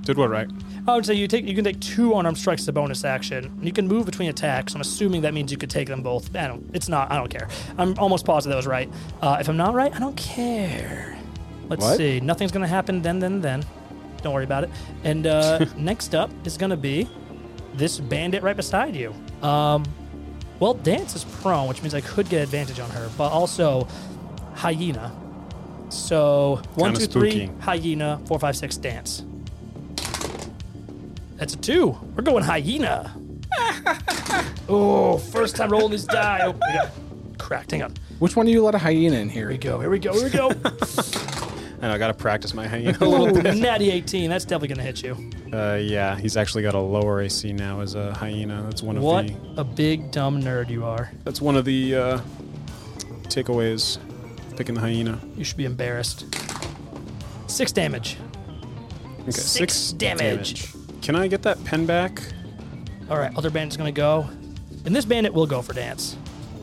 Speaker 3: Did what right?
Speaker 1: Oh, so you take you can take two unarmed strikes as a bonus action. You can move between attacks. I'm assuming that means you could take them both. I don't. It's not. I don't care. I'm almost positive that was right. Uh, if I'm not right, I don't care. Let's
Speaker 4: What?
Speaker 1: see. Nothing's gonna happen then, then, then. Don't worry about it. And uh, next up is gonna be this bandit right beside you. Um, well, Dance is prone, which means I could get advantage on her, but also Hyena. So one,
Speaker 3: Kinda
Speaker 1: two, three,
Speaker 3: spooky.
Speaker 1: Hyena, four, five, six, Dance. That's a two. We're going Hyena. oh, first time rolling this die. Oh, we got cracked. Hang on. Here
Speaker 4: Which one do you let a hyena in here?
Speaker 1: we go. Here we go. Here we go.
Speaker 3: And I got to practice my hanging a little
Speaker 1: Ooh,
Speaker 3: bit.
Speaker 1: natty 18. That's definitely going to hit you.
Speaker 3: Uh, yeah, he's actually got a lower AC now as a hyena. That's one of
Speaker 1: What
Speaker 3: the
Speaker 1: a big dumb nerd you are.
Speaker 3: that's one of the uh, takeaways. Picking the hyena.
Speaker 1: You should be embarrassed. Six damage.
Speaker 3: Okay, six,
Speaker 1: damage.
Speaker 3: Can I get that pen back?
Speaker 1: All right, other bandit's gonna go, and this bandit will go for dance.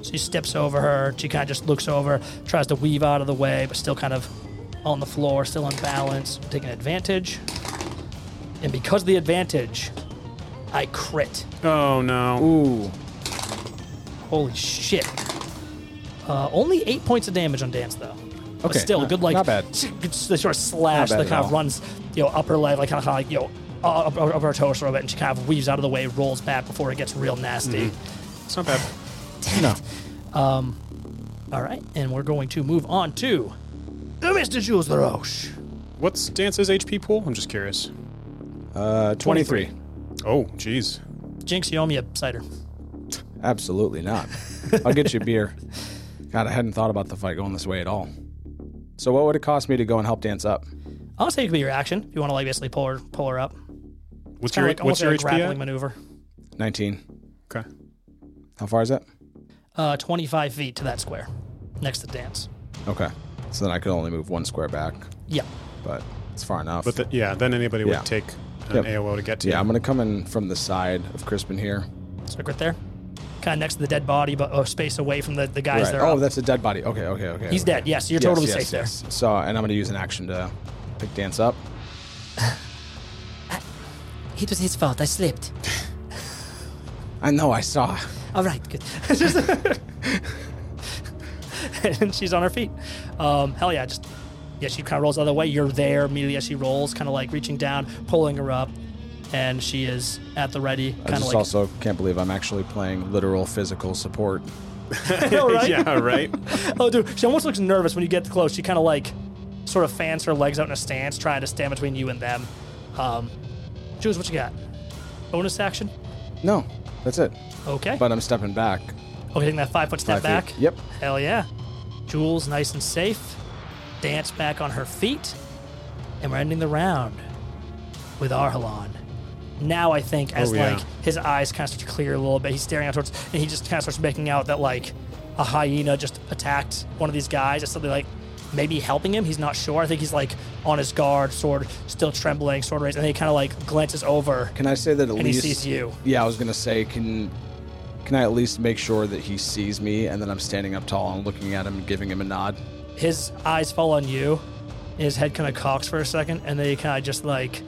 Speaker 1: She steps over her. She kind of just looks over, tries to weave out of the way, but still kind of on the floor, still unbalanced, taking advantage. And because of the advantage, I crit.
Speaker 3: Oh no!
Speaker 4: Ooh.
Speaker 1: Holy shit! Uh, only eight points of damage on dance though. But
Speaker 4: Okay,
Speaker 1: still,
Speaker 4: not-
Speaker 1: good like
Speaker 4: not bad.
Speaker 1: They sort of slash
Speaker 4: Not bad
Speaker 1: that kind
Speaker 4: at
Speaker 1: of
Speaker 4: all.
Speaker 1: runs, you know, upper leg, like kind of, kind of like you know, up- up- upper her torso a little bit, and she kind of weaves out of the way, rolls back before it gets real nasty.
Speaker 4: Mm-hmm.
Speaker 3: It's not bad.
Speaker 4: No.
Speaker 1: All right, and we're going to move on to the Mr. Jules LaRoche.
Speaker 3: What's Dance's HP pool? I'm just curious.
Speaker 4: Uh, 23.
Speaker 3: Oh, jeez.
Speaker 1: Jinx, you owe me a cider.
Speaker 4: Absolutely not. I'll get you a beer. God, I hadn't thought about the fight going this way at all. So, what would it cost me to go and help dance up?
Speaker 1: I'll say it could be your action if you want to like basically pull her, pull her up.
Speaker 3: What's
Speaker 1: Kinda
Speaker 3: your
Speaker 1: like, almost
Speaker 3: what's your
Speaker 1: like a
Speaker 3: HP?
Speaker 1: grappling
Speaker 3: at?
Speaker 1: maneuver.
Speaker 4: 19.
Speaker 3: Okay.
Speaker 4: How far is that?
Speaker 1: Uh, 25 feet to that square, next to dance.
Speaker 4: Okay. So then I could only move one square back,
Speaker 1: Yeah.
Speaker 4: but it's far enough.
Speaker 3: But the, yeah, then anybody
Speaker 4: Yeah.
Speaker 3: would take an
Speaker 4: Yep.
Speaker 3: AOO to get to.
Speaker 4: yeah,
Speaker 3: you.
Speaker 4: I'm going to come in from the side of Crispin here.
Speaker 1: So like right there, kind of next to the dead body, but oh, space away from the, the guys
Speaker 4: Right.
Speaker 1: that
Speaker 4: Oh,
Speaker 1: are. up.
Speaker 4: that's a dead body. Okay, okay, okay.
Speaker 1: He's
Speaker 4: okay.
Speaker 1: dead. Yes, you're
Speaker 4: Yes,
Speaker 1: totally
Speaker 4: yes,
Speaker 1: safe
Speaker 4: yes. So, and I'm going to use an action to pick dance up.
Speaker 5: It was his fault. I slipped.
Speaker 4: I know, I saw.
Speaker 5: All right, good.
Speaker 1: there, and she's on her feet. Um, hell yeah, just yeah. She kind of rolls the other way. You're there immediately as she rolls, kind of like reaching down, pulling her up, and she is at the ready,
Speaker 4: I
Speaker 1: kind of
Speaker 4: just
Speaker 1: like
Speaker 4: also can't believe I'm actually playing literal physical support.
Speaker 1: Yeah, right?
Speaker 3: yeah, right.
Speaker 1: Oh, dude, she almost looks nervous when you get close. She kind of like sort of fans her legs out in a stance, trying to stand between you and them. Um, Jules, what you got? Bonus action?
Speaker 4: No, that's it.
Speaker 1: Okay.
Speaker 4: But I'm stepping back.
Speaker 1: okay, taking that five foot step
Speaker 4: Five
Speaker 1: back.
Speaker 4: feet. Yep.
Speaker 1: Hell yeah. Jules, nice and safe. Dance back on her feet. And we're ending the round with Arhalon. Now I think as
Speaker 3: Oh, yeah.
Speaker 1: like his eyes kind of start to clear a little bit, he's staring out towards and he just kind of starts making out that like a hyena just attacked one of these guys. It's something like maybe helping him. He's not sure. I think he's like on his guard, sword still trembling, sword raised, and he kind of like glances over.
Speaker 4: Can I say that at
Speaker 1: And he
Speaker 4: least
Speaker 1: sees you.
Speaker 4: Yeah, I was gonna say, can can I at least make sure that he sees me and that I'm standing up tall and looking at him and giving him a nod?
Speaker 1: his eyes fall on you, and his head kind of cocks for a second, and then he kind of just like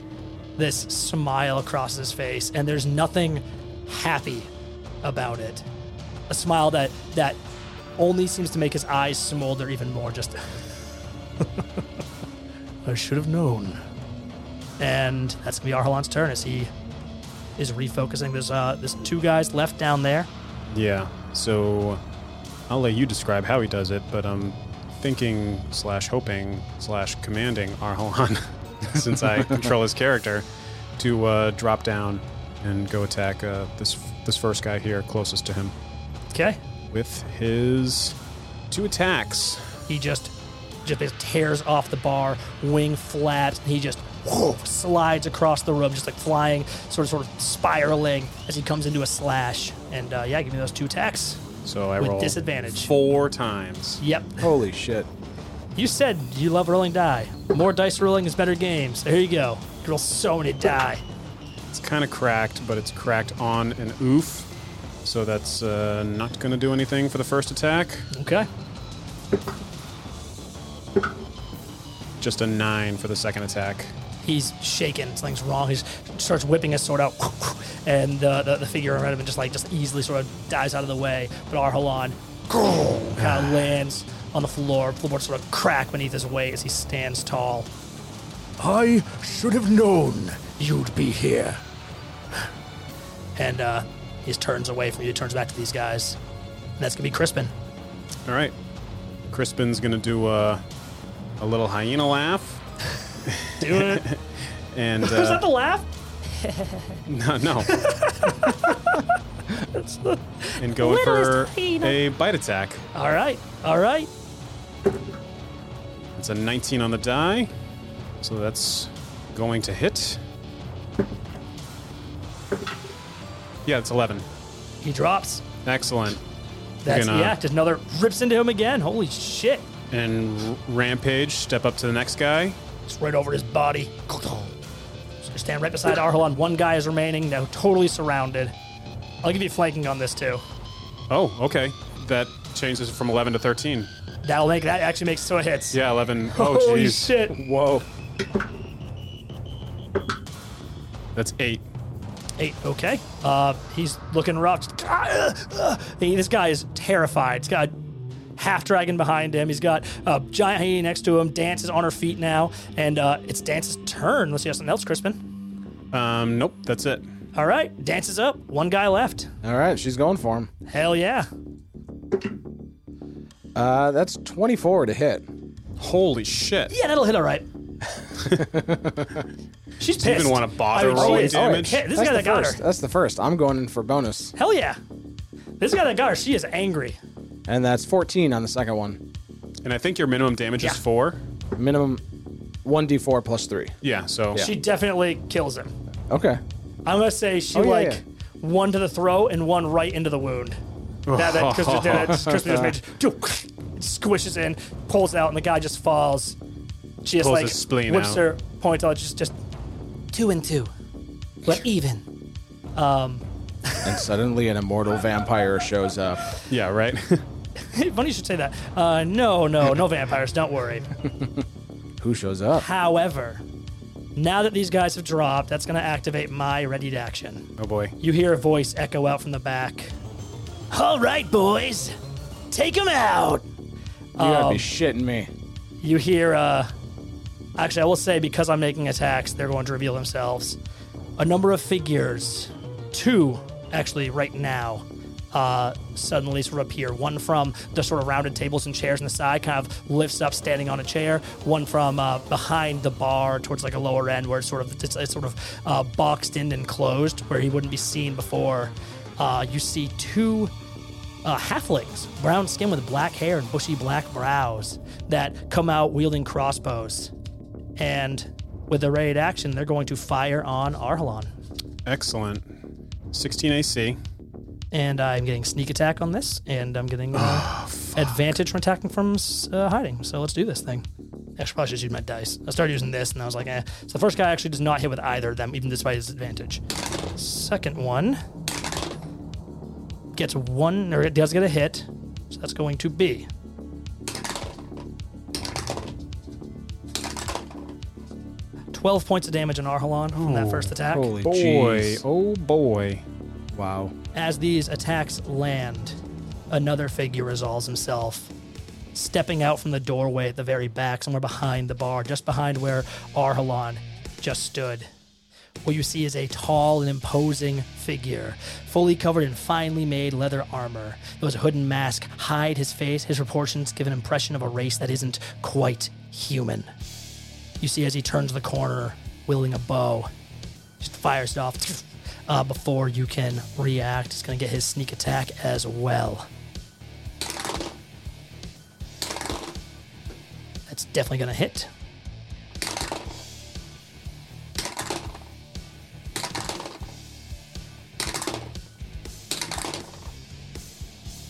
Speaker 1: this smile across his face, and there's nothing happy about it. A smile that that only seems to make his eyes smolder even more. Just I should have known. And that's gonna be Arhalan's turn as he is refocusing. There's uh there's two guys left down there.
Speaker 3: Yeah. So I'll let you describe how he does it, but I'm thinking slash hoping slash commanding Arhalan, since I control his character, to uh, drop down and go attack uh, this this first guy here closest to him
Speaker 1: Okay.
Speaker 3: with his two attacks.
Speaker 1: He just just basically tears off the bar, wing flaps, and he just whoa, slides across the room, just like flying, sort of sort of spiraling as he comes into a slash. And uh, yeah, give me those two attacks.
Speaker 3: So I
Speaker 1: With
Speaker 3: roll
Speaker 1: disadvantage.
Speaker 3: four times.
Speaker 1: Yep.
Speaker 4: Holy shit!
Speaker 1: You said you love rolling die. More dice rolling is better games. Here you go. You roll so many die.
Speaker 3: It's kind of cracked, but it's cracked on an oof. So that's uh, not going to do anything for the first attack.
Speaker 1: Okay.
Speaker 3: Just a nine for the second attack.
Speaker 1: He's shaken. Something's wrong. He starts whipping his sword out, and uh, the, the figure in front of him just like just easily sort of dies out of the way. But Arhalan kind of lands on the floor. Floorboards sort of crack beneath his weight as he stands tall.
Speaker 2: I should have known you'd be here.
Speaker 1: and uh, he just turns away from you, turns back to these guys. And that's going to be Crispin.
Speaker 3: All right. Crispin's going to do a, a little hyena laugh.
Speaker 1: Doing it.
Speaker 3: And
Speaker 1: Is
Speaker 3: uh,
Speaker 1: that the laugh?
Speaker 3: no, no. and going for
Speaker 1: Littlest hyena.
Speaker 3: a bite attack.
Speaker 1: All right. All right.
Speaker 3: It's a 19 on the die, so that's going to hit. Yeah, it's 11.
Speaker 1: He drops.
Speaker 3: Excellent.
Speaker 1: That's
Speaker 3: Gonna-
Speaker 1: yeah. Just another rips into him again. Holy shit!
Speaker 3: And r- rampage, step up to the next guy.
Speaker 1: It's right over his body. So you stand right beside Arhalan. One guy is remaining. Now totally surrounded. I'll give you flanking on this too.
Speaker 3: Oh, okay. That changes from 11 to 13.
Speaker 1: That'll make that actually makes so it hits.
Speaker 3: Yeah, 11. Oh,
Speaker 1: Holy
Speaker 3: jeez.
Speaker 1: shit!
Speaker 4: Whoa.
Speaker 3: That's 8.
Speaker 1: Eight. Okay. Uh, he's looking rough. Hey, this guy is terrified. He's got a half dragon behind him. He's got a giant hyena next to him. Dance is on her feet now, and uh, it's Dance's turn. Let's see something else, Crispin.
Speaker 3: Um, nope, that's it.
Speaker 1: All right, Dance is up. One guy left.
Speaker 4: All right, she's going for him.
Speaker 1: Hell yeah!
Speaker 4: Uh, that's 24 to hit.
Speaker 3: Holy shit.
Speaker 1: Yeah, that'll hit all right. She's pissed.
Speaker 3: you even wanna bother
Speaker 1: mean, she
Speaker 3: rolling
Speaker 1: is.
Speaker 3: damage?
Speaker 1: Hey, oh, this
Speaker 4: that's
Speaker 1: guy
Speaker 4: the
Speaker 1: that got
Speaker 4: first.
Speaker 1: her.
Speaker 4: That's the first. I'm going in for bonus.
Speaker 1: Hell yeah! This guy that got her. She is angry.
Speaker 4: And that's 14 on the second one.
Speaker 3: And I think your minimum damage is
Speaker 1: Yeah.
Speaker 3: 4.
Speaker 4: Minimum 1d4 plus 3.
Speaker 3: Yeah, so
Speaker 1: She definitely kills him.
Speaker 4: Okay.
Speaker 1: I'm gonna say she
Speaker 4: Oh, yeah,
Speaker 1: like
Speaker 4: yeah.
Speaker 1: one to the throat and one right into the wound. That that Kristen did it. Kristen just made it squishes in, pulls out, and the guy just falls. She just
Speaker 3: Pulls
Speaker 1: like
Speaker 3: his spleen
Speaker 1: whips
Speaker 3: out.
Speaker 1: her point out, just just two and two. We're even.
Speaker 4: And suddenly an immortal vampire shows up.
Speaker 3: yeah, right?
Speaker 1: Funny you should say that. Uh, no, no, no vampires. Don't worry.
Speaker 4: Who shows up?
Speaker 1: However, now that these guys have dropped, that's gonna activate my ready to action.
Speaker 3: oh boy.
Speaker 1: You hear a voice echo out from the back. All right, boys, take him out.
Speaker 4: You gotta be shitting me.
Speaker 1: You hear, uh, actually, I will say because I'm making attacks, they're going to reveal themselves. A number of figures, two actually right now, uh, suddenly sort of appear. One from the sort of rounded tables and chairs in the side, kind of lifts up, standing on a chair. One from uh, behind the bar, towards like a lower end, where it's sort of it's, it's sort of uh, boxed in and closed, where he wouldn't be seen before. Uh, you see two uh, halflings, brown skin with black hair and bushy black brows, that come out wielding crossbows. And with the raid action, they're going to fire on Arhalon.
Speaker 3: Excellent. 16 AC.
Speaker 1: And I'm getting sneak attack on this, and I'm getting uh, advantage from attacking from uh, hiding. So let's do this thing. I should probably just use my dice. I started using this, and I was like, eh. So the first guy actually does not hit with either of them, even despite his advantage. Second one gets one, or it does get a hit. So that's going to be twelve points of damage on Arhalon from that first attack.
Speaker 4: Holy
Speaker 3: Boy,
Speaker 4: jeez.
Speaker 3: oh boy.
Speaker 4: Wow.
Speaker 1: As these attacks land, another figure resolves himself, stepping out from the doorway at the very back, somewhere behind the bar, just behind where Arhalan just stood. What you see is a tall and imposing figure, fully covered in finely made leather armor. Those hood and mask hide his face, his proportions give an impression of a race that isn't quite human. You see as he turns the corner, wielding a bow, just fires it off uh, before you can react. He's going to get his sneak attack as well. That's definitely going to hit.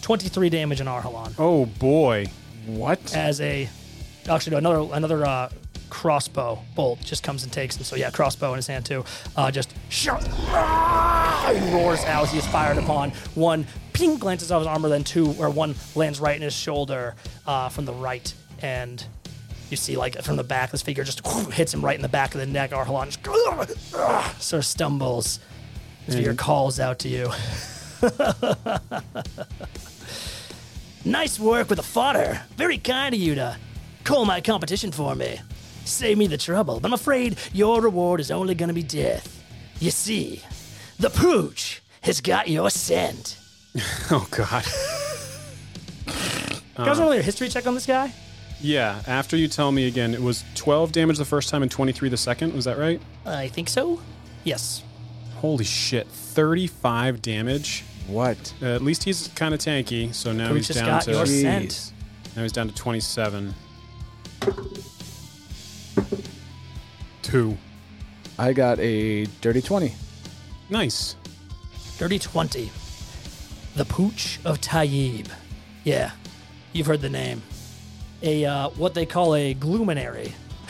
Speaker 1: Twenty-three damage in Arhalon
Speaker 3: Oh boy.
Speaker 4: What?
Speaker 1: as a actually no, another another uh, crossbow bolt just comes and takes him. So yeah, crossbow in his hand too. Uh, just shot and roars out as he is fired upon. One ping glances off his armor, then two, or one lands right in his shoulder uh, from the right. And you see, like, from the back, this figure just hits him right in the back of the neck. Arhalan just ah, sort of stumbles. This figure calls out to you. Nice work with the fodder. Very kind of you to call my competition for me. Save me the trouble, but I'm afraid your reward is only going to be death. You see, the pooch has got your scent.
Speaker 3: Oh
Speaker 1: Can
Speaker 3: God.
Speaker 1: I
Speaker 3: Uh-huh.
Speaker 1: also roll your history check on this guy?
Speaker 3: yeah. After you tell me again, it was 12 damage the first time and 23 the second. Was that right?
Speaker 1: I think so. Yes.
Speaker 3: Holy shit! 35 damage.
Speaker 4: What?
Speaker 3: Uh, at least he's kind of tanky, so now
Speaker 1: Pooch
Speaker 3: he's
Speaker 1: has
Speaker 3: down
Speaker 1: got
Speaker 3: to
Speaker 1: your
Speaker 4: Jeez.
Speaker 1: scent.
Speaker 3: now he's down to 27. Two.
Speaker 4: I got a dirty 20.
Speaker 3: Nice.
Speaker 1: Dirty 20. The Pooch of Taib. Yeah, you've heard the name. A uh, what they call a gluminary.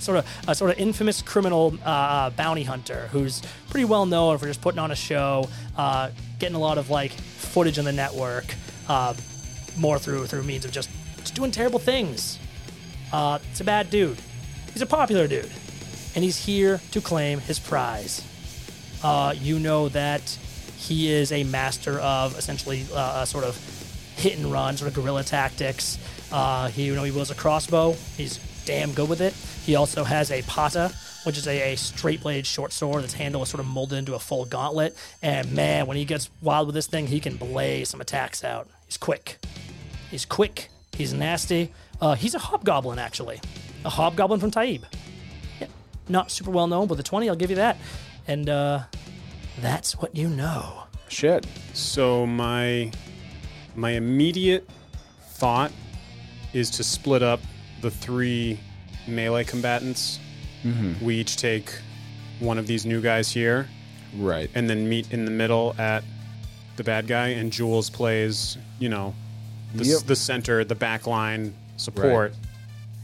Speaker 1: sort of a sort of infamous criminal uh, bounty hunter who's pretty well known for just putting on a show, uh, getting a lot of like footage on the network, uh, more through through means of just, just doing terrible things. Uh, it's a bad dude. He's a popular dude, and he's here to claim his prize uh, you know that he is a master of essentially uh, a sort of hit and run, sort of guerrilla tactics. Uh, he, you know, he wields a crossbow. He's damn good with it. He also has a pata, which is a, a straight bladed short sword. Its handle is sort of molded into a full gauntlet. And man, when he gets wild with this thing, he can blaze some attacks out. He's quick. He's quick. He's nasty. Uh, he's a hobgoblin, actually. A hobgoblin from Taib not super well known, but the 20, I'll give you that. And uh, that's what you know.
Speaker 4: Shit.
Speaker 3: So my my immediate thought is to split up the three melee combatants. We each take one of these new guys here,
Speaker 4: Right.
Speaker 3: and then meet in the middle at the bad guy. And Jules plays, you know, the, s
Speaker 4: Yep.
Speaker 3: the center, the back line support.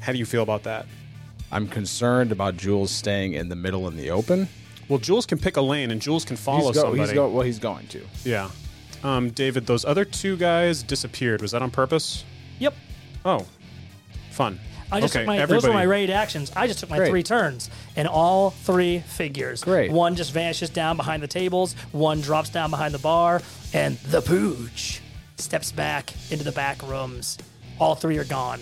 Speaker 3: How do you feel about that?
Speaker 4: I'm concerned about Jules staying in the middle in the open.
Speaker 3: Well, Jules can pick a lane, and Jules can follow
Speaker 4: he's go-
Speaker 3: somebody.
Speaker 4: He's go- well, he's going to.
Speaker 3: yeah. Um, David, those other two guys disappeared. Was that on purpose?
Speaker 1: Yep.
Speaker 3: Oh, fun.
Speaker 1: I just
Speaker 3: okay,
Speaker 1: took my,
Speaker 3: everybody.
Speaker 1: those were my raid actions. I just took my
Speaker 4: Great.
Speaker 1: three turns and all three figures.
Speaker 4: Great.
Speaker 1: One just vanishes down behind the tables, one drops down behind the bar, and the pooch steps back into the back rooms. All three are gone.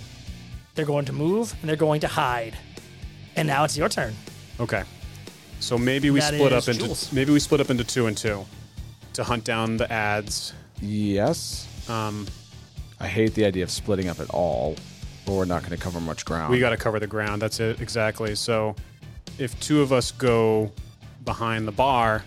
Speaker 1: They're going to move and they're going to hide. And now it's your turn.
Speaker 3: Okay, so maybe we
Speaker 1: That
Speaker 3: split
Speaker 1: is
Speaker 3: up into
Speaker 1: Jules.
Speaker 3: maybe we split up into two and two to hunt down the ads.
Speaker 4: Yes. Um, I hate the idea of splitting up at all, but we're not going to cover much ground.
Speaker 3: We got to cover the ground. That's it exactly. So if two of us go behind the bar,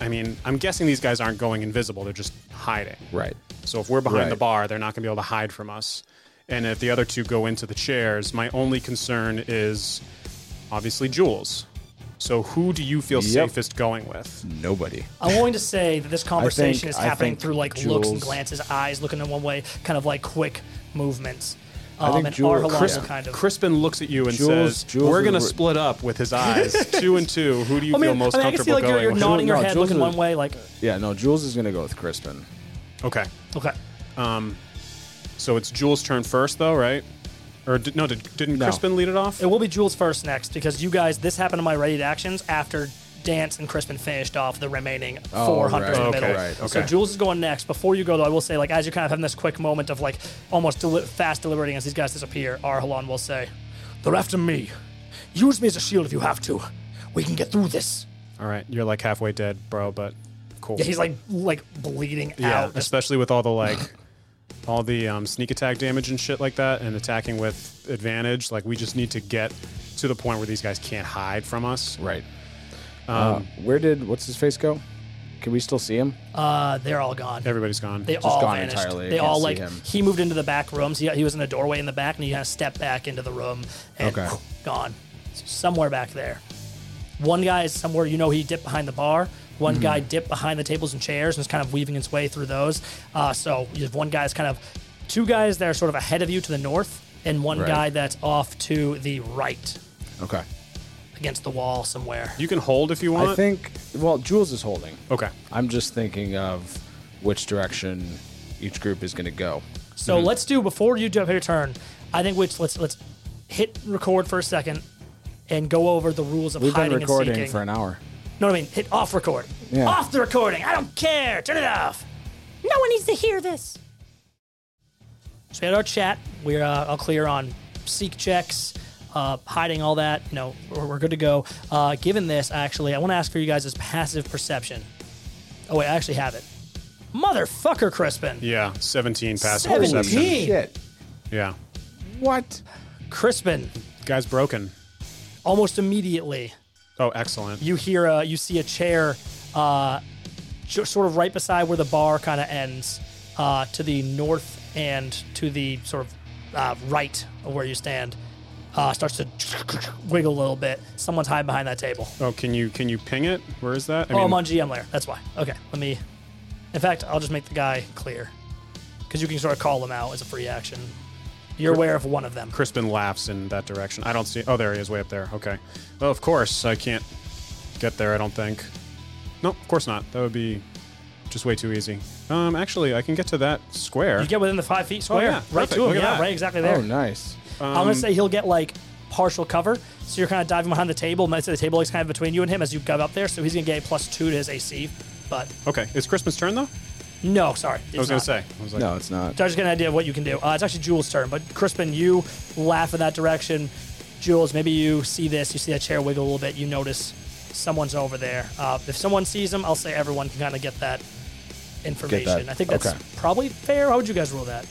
Speaker 3: I mean, I'm guessing these guys aren't going invisible. They're just hiding.
Speaker 4: right.
Speaker 3: So if we're behind
Speaker 4: Right.
Speaker 3: the bar, they're not going to be able to hide from us. And if the other two go into the chairs, my only concern is obviously Jules. So who do you feel
Speaker 4: Yep.
Speaker 3: safest going with?
Speaker 4: Nobody.
Speaker 1: I'm willing to say that this conversation is
Speaker 4: I
Speaker 1: happening
Speaker 4: think
Speaker 1: through like looks and
Speaker 4: Jules-
Speaker 1: glances, eyes looking in one way, kind of like quick movements. Um,
Speaker 4: think
Speaker 1: and
Speaker 4: Jules-
Speaker 1: Arhalan
Speaker 4: Chris-
Speaker 1: kind of.
Speaker 3: Crispin looks at you and
Speaker 4: Jules-
Speaker 3: says,
Speaker 4: Jules
Speaker 3: "We're
Speaker 4: is
Speaker 3: going to
Speaker 4: re-
Speaker 3: split up with his eyes, two and two. Who do you
Speaker 1: I mean,
Speaker 3: feel most
Speaker 1: I, mean, I can see
Speaker 3: comfortable
Speaker 1: like you're, you're
Speaker 3: going with?"
Speaker 1: nodding your
Speaker 4: No,
Speaker 1: head,
Speaker 4: Jules
Speaker 1: looking
Speaker 4: is-
Speaker 1: one way, like
Speaker 4: Yeah, no, Jules is going to go with Crispin.
Speaker 3: Okay,
Speaker 1: okay.
Speaker 3: so it's Jules' turn first, though, right? Or did, no? Did, didn't
Speaker 4: No.
Speaker 3: Crispin lead it off?
Speaker 1: It will be Jules first next because you guys. This happened in my rated actions after Dance and Crispin finished off the remaining
Speaker 4: Oh,
Speaker 1: 400 in the
Speaker 4: right,
Speaker 1: middle.
Speaker 3: right,
Speaker 1: So
Speaker 3: okay.
Speaker 1: Jules is going next. Before you go though, I will say like as you're kind of having this quick moment of like almost deli- fast deliberating as these guys disappear, Arhalan will say,
Speaker 5: They're after me. Use me as a shield if you have to. We can get through this.
Speaker 3: All right, you're like halfway dead, bro, but cool.
Speaker 1: "He's like like bleeding
Speaker 3: Yeah,
Speaker 1: out." Just
Speaker 3: especially with all the like, all the um, sneak attack damage and shit like that, and attacking with advantage. Like, we just need to get to the point where these guys can't hide from us.
Speaker 4: Right. Uh,
Speaker 3: Um,
Speaker 4: where did what's his face go? Can we still see him?
Speaker 1: Uh, they're all gone.
Speaker 3: Everybody's gone.
Speaker 1: They all
Speaker 4: gone
Speaker 1: vanished.
Speaker 4: entirely. I
Speaker 1: They
Speaker 4: can't
Speaker 1: all
Speaker 4: see
Speaker 1: like
Speaker 4: him.
Speaker 1: he moved into the back rooms. He, he was in a doorway in the back, and he kind of stepped back into the room and
Speaker 4: Okay.
Speaker 1: gone. Somewhere back there. One guy is somewhere you know he dipped behind the bar. One guy
Speaker 4: Mm-hmm.
Speaker 1: dipped behind the tables and chairs and is kind of weaving its way through those. Uh, so you have one guy is kind of two guys that are sort of ahead of you to the north, and one
Speaker 4: Right.
Speaker 1: guy that's off to the right
Speaker 4: Okay.
Speaker 1: against the wall somewhere.
Speaker 3: you can hold if you want.
Speaker 4: I think Well, Jules is holding.
Speaker 3: Okay.
Speaker 4: I'm just thinking of which direction each group is going to go.
Speaker 1: So
Speaker 4: Mm-hmm.
Speaker 1: let's do before you jump your turn. I think which let's let's hit record for a second and go over the rules of
Speaker 4: We've been
Speaker 1: hiding and
Speaker 4: recording
Speaker 1: seeking.
Speaker 4: for an hour.
Speaker 1: no, what I mean hit off record.
Speaker 4: Yeah.
Speaker 1: Off the recording. I don't care. Turn it off. No one needs to hear this. So we had our chat. We're uh, all clear on seek checks, uh, hiding all that. You know, we're, we're good to go. Uh, given this, actually, I want to ask for you guys' passive perception. Oh wait, I actually have it. Motherfucker, Crispin.
Speaker 3: Yeah. 17 passive
Speaker 1: Holy
Speaker 3: perception.
Speaker 1: Hey.
Speaker 4: Shit.
Speaker 3: Yeah.
Speaker 4: What?
Speaker 1: Crispin.
Speaker 3: Guy's broken.
Speaker 1: Almost immediately,
Speaker 3: Oh, excellent.
Speaker 1: you hear a, you see a chair uh, ju- sort of right beside where the bar kind of ends uh, to the north and to the sort of uh, right of where you stand uh, starts to wiggle a little bit someone's hiding behind that table
Speaker 3: Oh, can you can you ping it? Where is that? I
Speaker 1: oh i'm on gm layer that's why okay let me in fact i'll just make the guy clear because you can sort of call them out as a free action you're aware of one of them
Speaker 3: Crispin laughs in that direction. I don't see. Oh, there he is, way up there. Okay. Well, of course I can't get there. I don't think. No, of course not. That would be just way too easy. Um, actually, I can get to that square.
Speaker 1: you get within the five feet square
Speaker 3: Oh, yeah,
Speaker 1: right
Speaker 3: perfect.
Speaker 1: to him
Speaker 3: Look at
Speaker 1: yeah
Speaker 3: that.
Speaker 1: right exactly there
Speaker 4: Oh, nice.
Speaker 3: Um,
Speaker 1: I'm gonna say he'll get like partial cover, so you're kind of diving behind the table. And so the table is kind of between you and him as you got up there, so he's gonna get a plus two to his AC. But
Speaker 3: okay, it's Crispin's turn though.
Speaker 1: no, sorry,
Speaker 3: I was gonna say. I was like,
Speaker 4: No, it's not.
Speaker 1: So I just get an idea of what you can do. Uh, it's actually Jules' turn, but Crispin, you laugh in that direction. Jules, maybe you see this, you see that chair wiggle a little bit, you notice someone's over there. Uh, if someone sees him, I'll say everyone can kind of get that information. I think that's
Speaker 4: Okay.
Speaker 1: probably fair. How would you guys rule that?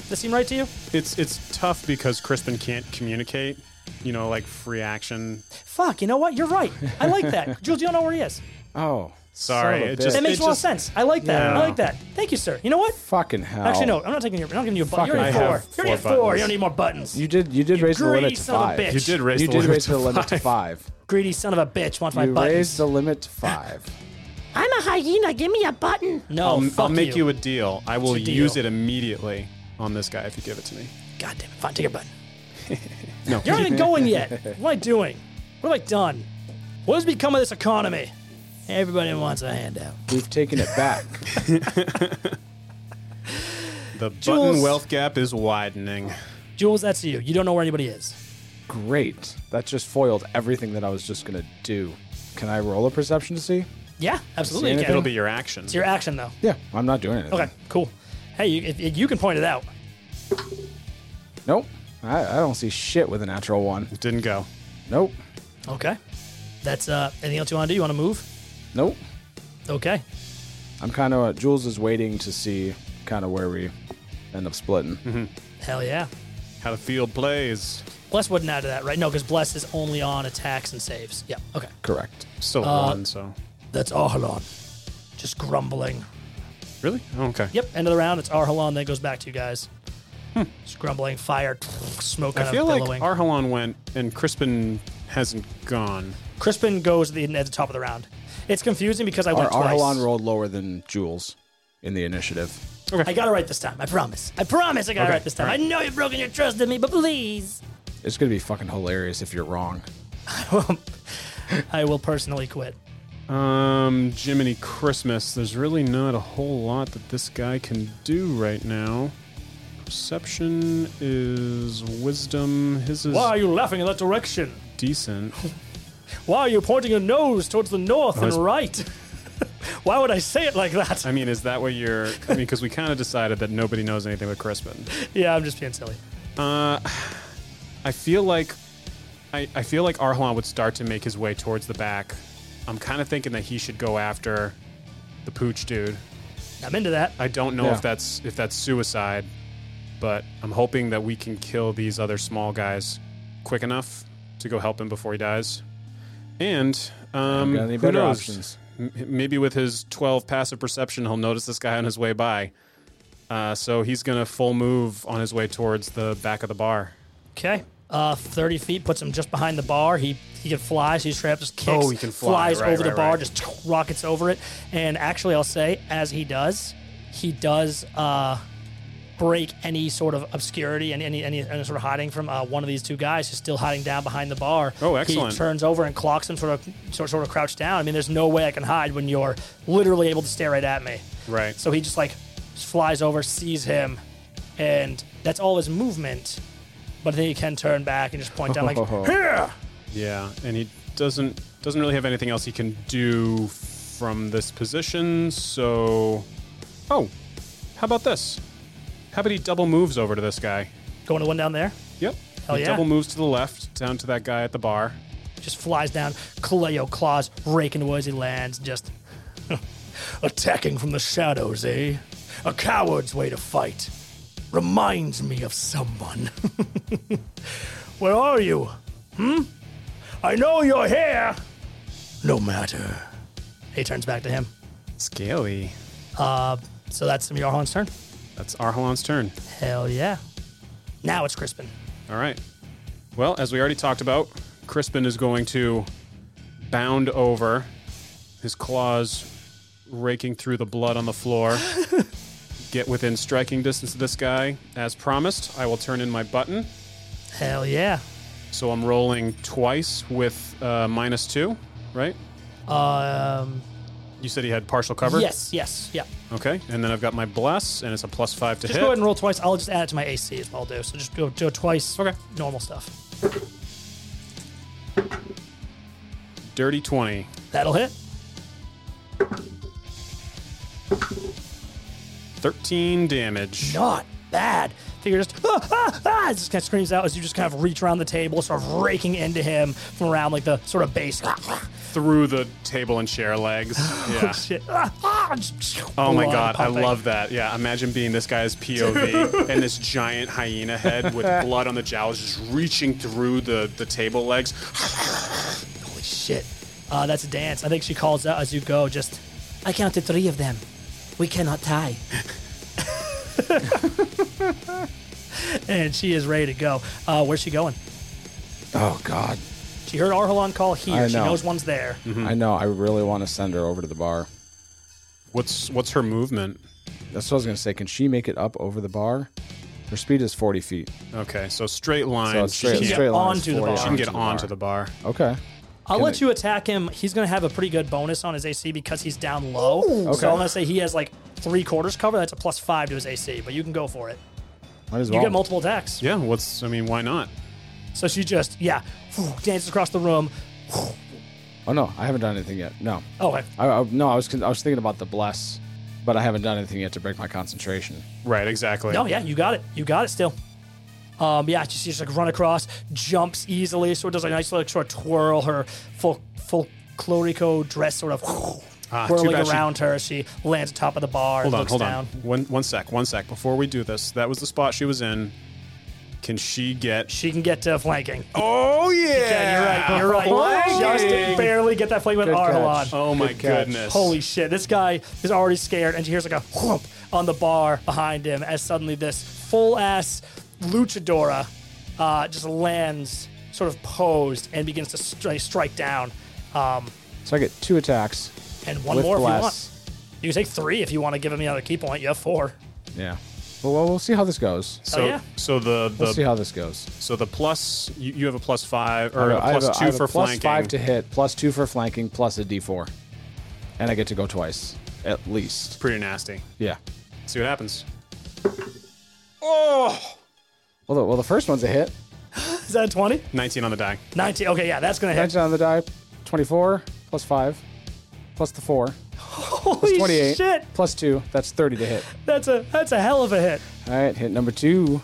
Speaker 1: Does that seem right to you?
Speaker 3: It's it's tough because Crispin can't communicate. You know, like free action.
Speaker 1: Fuck, you know what? You're right. I like that. Jules, you don't know where he is.
Speaker 4: Oh,
Speaker 3: Sorry,
Speaker 4: son of a
Speaker 3: it just-
Speaker 1: That
Speaker 4: bitch.
Speaker 1: makes
Speaker 3: It
Speaker 1: a lot of sense. I like that.
Speaker 3: Yeah.
Speaker 1: I like that. Thank you, sir. You know what?
Speaker 4: fucking hell.
Speaker 1: Actually, no. I'm not taking your. I'm not giving you a button.
Speaker 4: Fucking
Speaker 1: You're at
Speaker 4: I
Speaker 1: four.
Speaker 4: have
Speaker 1: You're at
Speaker 3: four
Speaker 1: four. You
Speaker 3: buttons.
Speaker 1: don't need more buttons.
Speaker 4: You did. You did raise the
Speaker 1: greedy
Speaker 4: limit to
Speaker 1: son of a
Speaker 4: five.
Speaker 1: bitch.
Speaker 3: You did raise
Speaker 4: You
Speaker 3: the
Speaker 4: did
Speaker 3: limit
Speaker 4: raise
Speaker 3: to
Speaker 4: the limit to
Speaker 3: five.
Speaker 4: five.
Speaker 1: greedy son of a bitch wants my
Speaker 4: You raised
Speaker 1: buttons.
Speaker 4: the limit to five.
Speaker 5: I'm a hyena. Give me a button.
Speaker 1: no,
Speaker 3: I'll,
Speaker 1: Oh, fuck
Speaker 3: I'll make you.
Speaker 1: you.
Speaker 3: a deal. I will
Speaker 1: It's a deal.
Speaker 3: use it immediately on this guy if you give it to me.
Speaker 5: God damn it. Fine, take your button.
Speaker 3: No,
Speaker 1: You're not even going yet. What am I doing? What have I done? What has become of this economy?
Speaker 5: Everybody wants a handout.
Speaker 4: We've taken it back.
Speaker 3: the button
Speaker 1: Jules.
Speaker 3: wealth gap is widening.
Speaker 1: Jules, that's you. You don't know where anybody is.
Speaker 4: Great. That just foiled everything that I was just gonna do. Can I roll a perception to see?
Speaker 1: Yeah, absolutely. you
Speaker 4: anything?
Speaker 1: can.
Speaker 3: It'll be your action.
Speaker 1: It's your action though.
Speaker 4: Yeah, I'm not doing anything.
Speaker 1: Okay, cool. Hey, you, if, if you can point it out.
Speaker 4: Nope. I, I don't see shit with a natural one.
Speaker 3: Didn't go.
Speaker 4: Nope.
Speaker 1: Okay. That's uh. Anything else you want to do? You want to move?
Speaker 4: Nope.
Speaker 1: Okay.
Speaker 4: I'm kind of Jules is waiting to see kind of where we end up splitting.
Speaker 1: Hell yeah.
Speaker 3: How the field plays.
Speaker 1: Bless wouldn't add to that, right? No, because Bless is only on attacks and saves. Yeah, okay.
Speaker 4: Correct.
Speaker 3: Still
Speaker 1: Uh,
Speaker 3: one, so.
Speaker 1: That's Arhalon. Just grumbling.
Speaker 3: Really? Oh, okay.
Speaker 1: Yep, end of the round. It's Arhalon. Then it goes back to you guys. Just grumbling, fire, smoke kind
Speaker 3: I feel
Speaker 1: of
Speaker 3: like
Speaker 1: billowing.
Speaker 3: Arhalon went and Crispin hasn't gone.
Speaker 1: Crispin goes at the, at the top of the round. It's confusing because I
Speaker 4: Our
Speaker 1: went twice.
Speaker 4: Arhalon rolled lower than Jules in the initiative.
Speaker 1: I got it right this time. I promise. I promise I got it
Speaker 3: Okay,
Speaker 1: right this time.
Speaker 3: all right.
Speaker 1: I know you've broken your trust in me, but please.
Speaker 4: It's gonna be fucking hilarious if you're wrong.
Speaker 1: I will personally quit.
Speaker 3: Um, Jiminy Christmas. There's really not a whole lot that this guy can do right now. Perception is wisdom. His is
Speaker 1: you laughing in that direction?
Speaker 3: decent.
Speaker 1: Why are you pointing your nose towards the north
Speaker 3: it's-
Speaker 1: right? Why would I say it like that?
Speaker 3: I mean, is that what you're? I mean, because we kind of decided that nobody knows anything but Crispin.
Speaker 1: Yeah, I'm just being silly.
Speaker 3: I feel like I, I feel like Arhalan would start to make his way towards the back. I'm kind of thinking that he should go after the pooch dude.
Speaker 1: I'm into that.
Speaker 3: I don't know
Speaker 4: Yeah.
Speaker 3: if that's if that's suicide, but I'm hoping that we can kill these other small guys quick enough to go help him before he dies. And um,
Speaker 4: got any
Speaker 3: who
Speaker 4: better
Speaker 3: knows?
Speaker 4: options.
Speaker 3: M- maybe with his 12 passive perception, he'll notice this guy on his way by. Uh, so he's gonna full move on his way towards the back of the bar.
Speaker 1: Okay. Uh, 30 feet puts him just behind the bar. He he can fly, so he's trapped, just kicks,
Speaker 3: Oh, he can fly.
Speaker 1: flies
Speaker 3: Right,
Speaker 1: over the
Speaker 3: right,
Speaker 1: bar,
Speaker 3: right.
Speaker 1: just rockets over it. And actually, I'll say, as he does, he does uh, break any sort of obscurity and any, any, any sort of hiding from uh, one of these two guys who's still hiding down behind the bar.
Speaker 3: Oh, excellent.
Speaker 1: He turns over and clocks him, sort of sort, sort of crouched down. I mean, there's no way I can hide when you're literally able to stare right at me.
Speaker 3: Right.
Speaker 1: So he just like flies over, sees him, and that's all his movement. But then he can turn back and just point down like, here.
Speaker 3: Yeah, and he doesn't doesn't really have anything else he can do from this position. So, oh, how about this? How about he double moves over to this guy?
Speaker 1: Going to one down there.
Speaker 3: Yep.
Speaker 1: Hell
Speaker 3: he
Speaker 1: yeah.
Speaker 3: double moves to the left, down to that guy at the bar.
Speaker 1: Just flies down. Kaleo claws rake into as he lands. Just attacking from the shadows, eh? A coward's way to fight. Reminds me of someone. Where are you? Hmm? I know you're here. No matter. He turns back to him.
Speaker 3: Scaly.
Speaker 1: So that's Yarhan's turn.
Speaker 3: That's Arhalan's turn.
Speaker 1: Hell yeah. Now it's Crispin.
Speaker 3: All right. Well, as we already talked about, Crispin is going to bound over, his claws raking through the blood on the floor. Get within striking distance of this guy. As promised, I will turn in my button.
Speaker 1: Hell yeah.
Speaker 3: So I'm rolling twice with uh, minus two, right?
Speaker 1: Um,
Speaker 3: You said he had partial cover?
Speaker 1: yes, yes, yeah.
Speaker 3: Okay. And then I've got my bless, and it's a plus five to
Speaker 1: Just
Speaker 3: hit.
Speaker 1: go ahead and roll twice. I'll just add it to my AC as well, do. So just go do it twice.
Speaker 3: Okay.
Speaker 1: Normal stuff.
Speaker 3: Dirty 20.
Speaker 1: That'll hit.
Speaker 3: 13 damage.
Speaker 1: Not bad. Figure just ah, ah, ah, just kind of screams out as you just kind of reach around the table, sort of raking into him from around like the sort of base. Ah, ah,
Speaker 3: Through the table and chair legs. Yeah.
Speaker 1: shit. Ah, ah, just-
Speaker 3: Oh my
Speaker 1: blood
Speaker 3: god,
Speaker 1: pumping.
Speaker 3: I love that. Yeah, imagine being this guy's POV and this giant hyena head with blood on the jowls just reaching through the, the table legs.
Speaker 1: Holy shit. Uh, that's a dance. I think she calls out as you go, just, I counted three of them. We cannot tie. and she is ready to go. Uh, where's she going?
Speaker 4: Oh God,
Speaker 1: She heard Arhalon call here.
Speaker 4: I
Speaker 1: She
Speaker 4: know. Mm-hmm.
Speaker 1: knows one's there.
Speaker 4: I know. I really want to send her over to the bar.
Speaker 3: What's what's her movement?
Speaker 4: That's what I was gonna say. Can she make it up over the bar? Her speed is forty feet.
Speaker 3: Okay, so straight line.
Speaker 4: So it's straight,
Speaker 3: she, can,
Speaker 1: get
Speaker 4: straight line. is
Speaker 1: onto the
Speaker 4: 40
Speaker 1: bar.
Speaker 3: she
Speaker 1: She
Speaker 3: can get
Speaker 4: bar.
Speaker 3: onto the bar.
Speaker 4: Okay.
Speaker 1: I'll
Speaker 4: Can
Speaker 1: let
Speaker 4: it-
Speaker 1: you attack him. He's going to have a pretty good bonus on his AC because he's down low.
Speaker 4: Okay.
Speaker 1: So I'm going to say he has like three quarters cover. That's a plus five to his AC, but you can go for it.
Speaker 4: Might as
Speaker 1: You
Speaker 4: well.
Speaker 1: get multiple attacks.
Speaker 3: Yeah, what's I mean, why not?
Speaker 1: So she just, yeah, dances across the room.
Speaker 4: oh no, I haven't done anything yet. No.
Speaker 1: Oh, okay.
Speaker 4: I, I, no, I was con- I was thinking about the bless, but I haven't done anything yet to break my concentration.
Speaker 3: Right, exactly.
Speaker 1: No, Oh, yeah, you got it. You got it still. Um, yeah, she just like run across, jumps easily, so it does a nice little sort of twirl. Her full full clorico dress sort of
Speaker 3: Ah, too
Speaker 1: whirling
Speaker 3: bad she-
Speaker 1: around her. She lands atop of the bar. and
Speaker 3: Hold on,
Speaker 1: looks
Speaker 3: hold
Speaker 1: down.
Speaker 3: on. One one sec, one sec. Before we do this, that was the spot she was in. Can she get
Speaker 1: She can get to flanking.
Speaker 3: Oh yeah.
Speaker 1: Yeah, you're right. You're right. Just barely get that flank with
Speaker 4: Good
Speaker 1: Arhalon.
Speaker 4: catch.
Speaker 3: Oh my
Speaker 4: Good catch.
Speaker 3: goodness.
Speaker 1: Holy shit, this guy is already scared, and he hears like a whoop on the bar behind him as suddenly this full ass luchadora uh, just lands, sort of posed, and begins to stri- strike down. Um,
Speaker 4: So I get two attacks.
Speaker 1: and one
Speaker 4: With
Speaker 1: more if you
Speaker 4: bless.
Speaker 1: want. You can take three if you want to give him another key point. You have four.
Speaker 4: Yeah. Well, well, we'll see how this goes.
Speaker 3: So
Speaker 1: Oh, yeah.
Speaker 3: so the the
Speaker 4: We'll see how this goes.
Speaker 3: So the plus, you, you have a plus five
Speaker 4: I
Speaker 3: or a
Speaker 4: have
Speaker 3: plus
Speaker 4: I have
Speaker 3: two for
Speaker 4: plus
Speaker 3: flanking.
Speaker 4: five to hit, plus two for flanking, plus a D4, and I get to go twice at least.
Speaker 3: Pretty nasty.
Speaker 4: Yeah.
Speaker 3: See what happens.
Speaker 4: Oh! Well, the, well, the first one's a hit.
Speaker 1: Is that a 20?
Speaker 3: 19 on the die.
Speaker 1: 19. Okay, yeah, that's going to hit.
Speaker 4: Nineteen on the die, twenty-four plus five, plus the four,
Speaker 1: Holy
Speaker 4: twenty-eight
Speaker 1: shit.
Speaker 4: plus two. That's thirty to hit.
Speaker 1: That's a, that's a hell of a hit.
Speaker 4: All right, hit number two.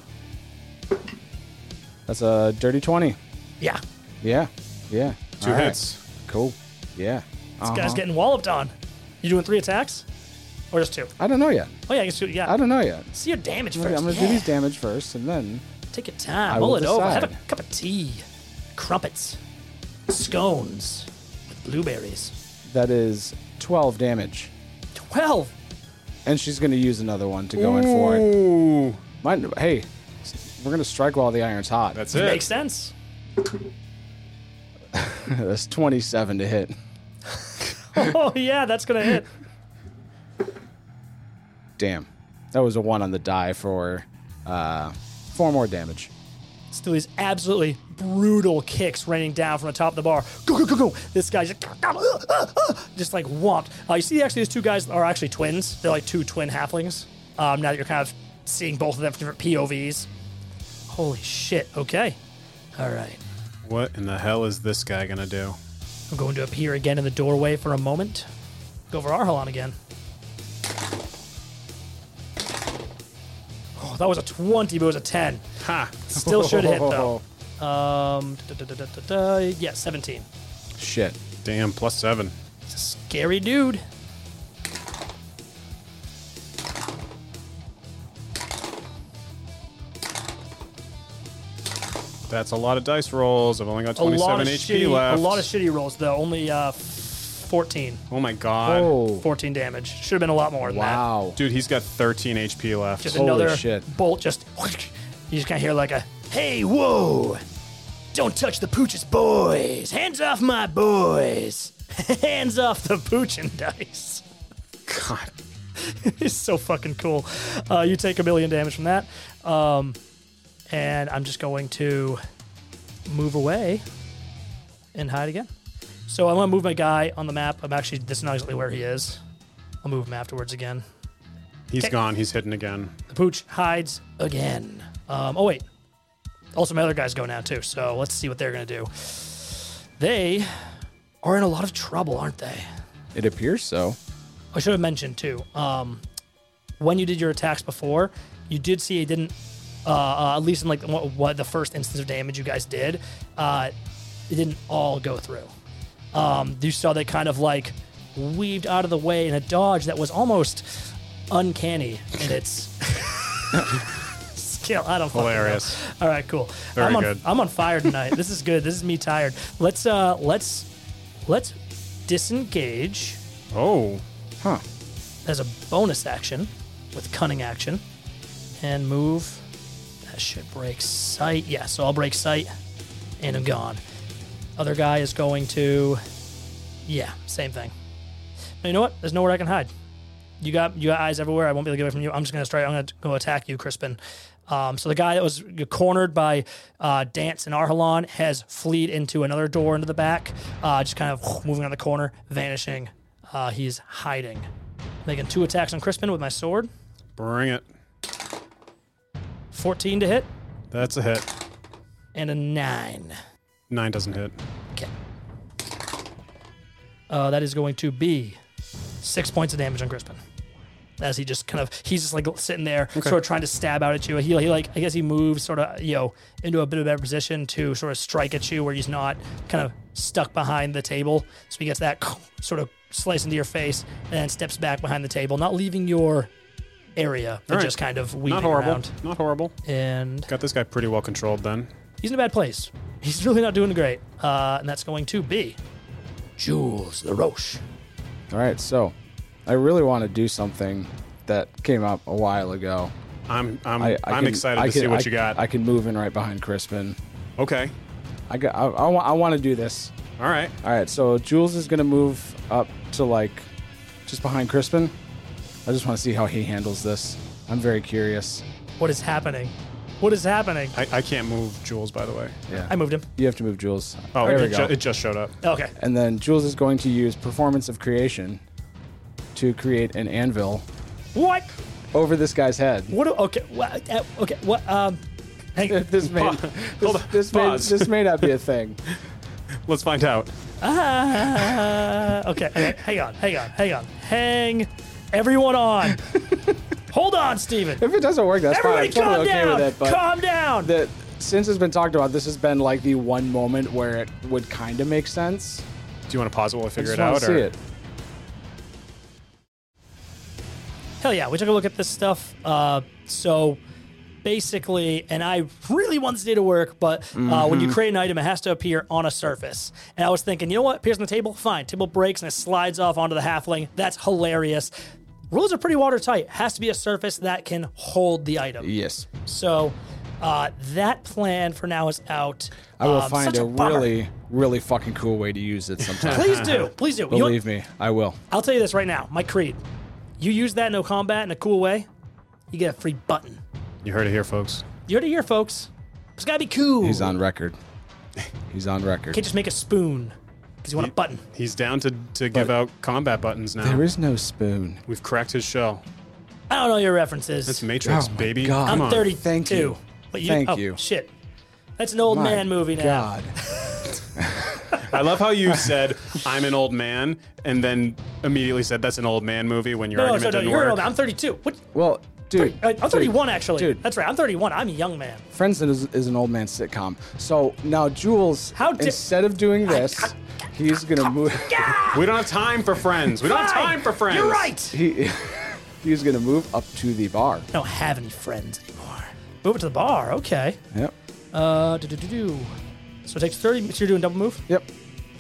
Speaker 4: That's a dirty twenty.
Speaker 1: Yeah, this
Speaker 4: Yeah. Yeah.
Speaker 3: Two
Speaker 4: All right.
Speaker 3: hits.
Speaker 4: Cool. Yeah.
Speaker 1: guy's
Speaker 4: Uh-huh.
Speaker 1: getting walloped on. You doing three attacks? Or just two?
Speaker 4: I don't know yet.
Speaker 1: Oh, yeah, I guess you, yeah.
Speaker 4: I don't know yet.
Speaker 1: See your damage
Speaker 4: I'm
Speaker 1: 1st
Speaker 4: gonna, I'm gonna do these damage first, and then
Speaker 1: Take your time.
Speaker 4: I
Speaker 1: Mull
Speaker 4: will
Speaker 1: it over. Have
Speaker 4: decide.
Speaker 1: a cup of tea, crumpets, scones with blueberries.
Speaker 4: that is twelve damage.
Speaker 1: Twelve.
Speaker 4: And she's going to use another one to go in for it.
Speaker 3: Ooh.
Speaker 4: Mine, hey, s- we're going to strike while the iron's hot.
Speaker 3: That's it.
Speaker 1: Makes sense.
Speaker 4: That's 27 to hit.
Speaker 1: Oh yeah, that's gonna hit.
Speaker 4: Damn. That was a one on the die for uh, four more damage.
Speaker 1: Still, these absolutely brutal kicks raining down from the top of the bar. Go, go, go, go. This guy's just, "Ah, uh, just like whomped. Uh, you see, actually, these two guys are actually twins. They're like two twin halflings. Um, now that you're kind of seeing both of them from different POVs. Holy shit. Okay. All right.
Speaker 3: What in the hell is this guy gonna do?
Speaker 1: I'm going to appear again in the doorway for a moment. Go for Arhalon again. Oh, that was a 20, but it was a 10.
Speaker 3: Ha!
Speaker 1: Still should hit, though. Um, da, da, da, da, da, da, yeah, 17.
Speaker 4: Shit.
Speaker 3: Damn, plus seven.
Speaker 1: Scary dude.
Speaker 3: That's a lot of dice rolls. I've only got
Speaker 1: A lot, of
Speaker 3: 27 HP
Speaker 1: shitty,
Speaker 3: left.
Speaker 1: a lot of shitty rolls, though. Only uh, 14.
Speaker 3: oh my god.
Speaker 4: Oh,
Speaker 1: 14 damage. Should have been a lot more than that.
Speaker 4: wow.
Speaker 3: Dude, he's got 13 HP left.
Speaker 1: Just
Speaker 4: Holy
Speaker 1: another
Speaker 4: shit.
Speaker 1: bolt. Just you just kind of hear like a "Hey, whoa! Don't touch the pooches, boys! Hands off my boys! Hands off the poochin' dice!"
Speaker 3: God.
Speaker 1: it's so fucking cool. Uh, you take a million damage from that, um, and I'm just going to move away and hide again. So I'm gonna move my guy on the map. I'm actually this is not exactly where he is. I'll move him afterwards again.
Speaker 3: He's
Speaker 1: Okay.
Speaker 3: gone. He's hidden again.
Speaker 1: The pooch hides again. Um, oh wait. Also, my other guys go now too. So let's see what they're gonna do. They are in a lot of trouble, aren't they?
Speaker 4: It appears so.
Speaker 1: I should have mentioned too. Um, when you did your attacks before, you did see it didn't. Uh, uh, at least in like what, what the first instance of damage you guys did, uh, it didn't all go through. Um, you saw they kind of like weaved out of the way in a dodge that was almost uncanny in its skill. I don't fucking know.
Speaker 3: Hilarious.
Speaker 1: All right, cool.
Speaker 3: Very
Speaker 1: I'm on,
Speaker 3: good.
Speaker 1: I'm on fire tonight. this is good. This is me tired. Let's uh, let's let's disengage
Speaker 3: Oh.
Speaker 4: Huh.
Speaker 1: as a bonus action with cunning action and move. That shit breaks sight. Yeah, so I'll break sight and I'm gone. Other guy is going to. Yeah, same thing. But you know what? There's nowhere I can hide. You got you got eyes everywhere. I won't be able to get away from you. I'm just gonna try. I'm gonna go attack you, Crispin. Um, so the guy that was cornered by uh, Dance and Arhalon has fleed into another door into the back, uh, just kind of moving on the corner, vanishing. Uh, he's hiding, making two attacks on Crispin with my sword.
Speaker 3: Bring it.
Speaker 1: 14 to hit
Speaker 3: That's a hit.
Speaker 1: and a nine.
Speaker 3: Nine doesn't hit.
Speaker 1: Okay. Uh, that is going to be six points of damage on Crispin. As he just kind of, he's just like sitting there, sort of trying to stab out at you. He, he like, I guess he moves sort of, you know, into a bit of a better position to sort of strike at you where he's not kind of stuck behind the table. So he gets that sort of slice into your face and then steps back behind the table, not leaving your area, but
Speaker 3: right.
Speaker 1: just kind of weaving
Speaker 3: Not horrible.
Speaker 1: around.
Speaker 3: Not horrible.
Speaker 1: And
Speaker 3: Got this guy pretty well controlled then.
Speaker 1: he's in a bad place. He's really not doing great. Uh, and that's going to be Jules LaRoche.
Speaker 4: All right, so I really want to do something that came up a while ago.
Speaker 3: I'm I'm
Speaker 4: I,
Speaker 3: I, am
Speaker 4: can-
Speaker 3: excited
Speaker 4: I
Speaker 3: to
Speaker 4: can-
Speaker 3: see what
Speaker 4: I-
Speaker 3: you got.
Speaker 4: I can move in right behind Crispin.
Speaker 3: okay.
Speaker 4: I got. I, I, wa- I want to do this.
Speaker 3: All right.
Speaker 4: All right, so Jules is gonna move up to like just behind Crispin. I just want to see how he handles this. I'm very curious.
Speaker 1: What is happening? What is happening?
Speaker 3: I, I can't move Jules by the way.
Speaker 4: Yeah,
Speaker 1: I moved him.
Speaker 4: You have to move Jules.
Speaker 3: Oh,
Speaker 4: there we
Speaker 3: it,
Speaker 4: go.
Speaker 3: ju- it just showed up.
Speaker 1: Okay.
Speaker 4: and then Jules is going to use Performance of Creation to create an anvil
Speaker 1: What?
Speaker 4: over this guy's head.
Speaker 1: What? do- Okay. What? uh, Okay. What? Um. Hang.
Speaker 4: This may
Speaker 3: Hold
Speaker 4: this,
Speaker 3: on.
Speaker 4: this may
Speaker 3: Pause.
Speaker 4: this may not be a thing.
Speaker 3: Let's find out.
Speaker 1: Ah, okay. okay. Hang on. Hang on. Hang on. Hang everyone on. Hold on, Steven.
Speaker 4: If it doesn't work, that's
Speaker 1: Everybody
Speaker 4: fine.
Speaker 1: calm
Speaker 4: I'm totally okay
Speaker 1: down.
Speaker 4: with it. But
Speaker 1: calm down.
Speaker 4: the, since it's been talked about, this has been like the one moment where it would kind of make sense.
Speaker 3: Do you want to pause it while I figure
Speaker 4: Just
Speaker 3: it out?
Speaker 4: wanna see
Speaker 3: or?
Speaker 4: it.
Speaker 1: Hell yeah, we took a look at this stuff. Uh, so basically, and I really want this day to work, but uh, when you
Speaker 4: Mm-hmm.
Speaker 1: create an item, it has to appear on a surface. And I was thinking, you know what? Appears on the table, fine. Table breaks and it slides off onto the halfling. That's hilarious. Rules are pretty watertight. Has to be a surface that can hold the item.
Speaker 4: Yes.
Speaker 1: So uh, that plan for now is out.
Speaker 4: I will
Speaker 1: Um,
Speaker 4: find
Speaker 1: such
Speaker 4: a,
Speaker 1: bummer.
Speaker 4: really, really fucking cool way to use it sometime.
Speaker 1: Please do, please do. You know what?
Speaker 4: Believe me, I will.
Speaker 1: I'll tell you this right now, my creed. You use that in a combat in a cool way, you get a free button.
Speaker 3: You heard it here, folks.
Speaker 1: You heard it here, folks. It's gotta be cool.
Speaker 4: He's on record. He's on record.
Speaker 1: Can't just make a spoon because you want a button.
Speaker 3: He's down to, to give out combat buttons now.
Speaker 4: There is no spoon.
Speaker 3: We've cracked his shell.
Speaker 1: I don't know your references.
Speaker 3: That's Matrix,
Speaker 4: Oh my
Speaker 3: baby.
Speaker 4: God.
Speaker 1: I'm
Speaker 3: Come on.
Speaker 1: 32.
Speaker 4: Thank you.
Speaker 1: But you
Speaker 4: Thank
Speaker 1: oh,
Speaker 4: you.
Speaker 1: Shit. That's an old
Speaker 4: My
Speaker 1: man movie now.
Speaker 4: God.
Speaker 3: I love how you said I'm an old man, and then immediately said that's an old man movie when your
Speaker 1: No, no,
Speaker 3: argument
Speaker 1: no, no,
Speaker 3: didn't
Speaker 1: you're an
Speaker 3: work.
Speaker 1: old man. I'm 32. What?
Speaker 4: Well, dude.
Speaker 1: Uh, I'm
Speaker 4: dude,
Speaker 1: 31 actually.
Speaker 4: dude.
Speaker 1: That's right. I'm 31. I'm a young man.
Speaker 4: Friends is, is an old man sitcom. So now Jules,
Speaker 1: How di-
Speaker 4: instead of doing this, he's gonna move.
Speaker 3: We don't have time for friends. We don't have
Speaker 1: Fine.
Speaker 3: time for friends.
Speaker 1: You're right.
Speaker 4: He, he's gonna move up to the bar.
Speaker 1: I don't have any friends anymore. Move it to the bar. Okay.
Speaker 4: Yep.
Speaker 1: Uh, do do do do. So it takes 30. So you're doing double move.
Speaker 4: Yep.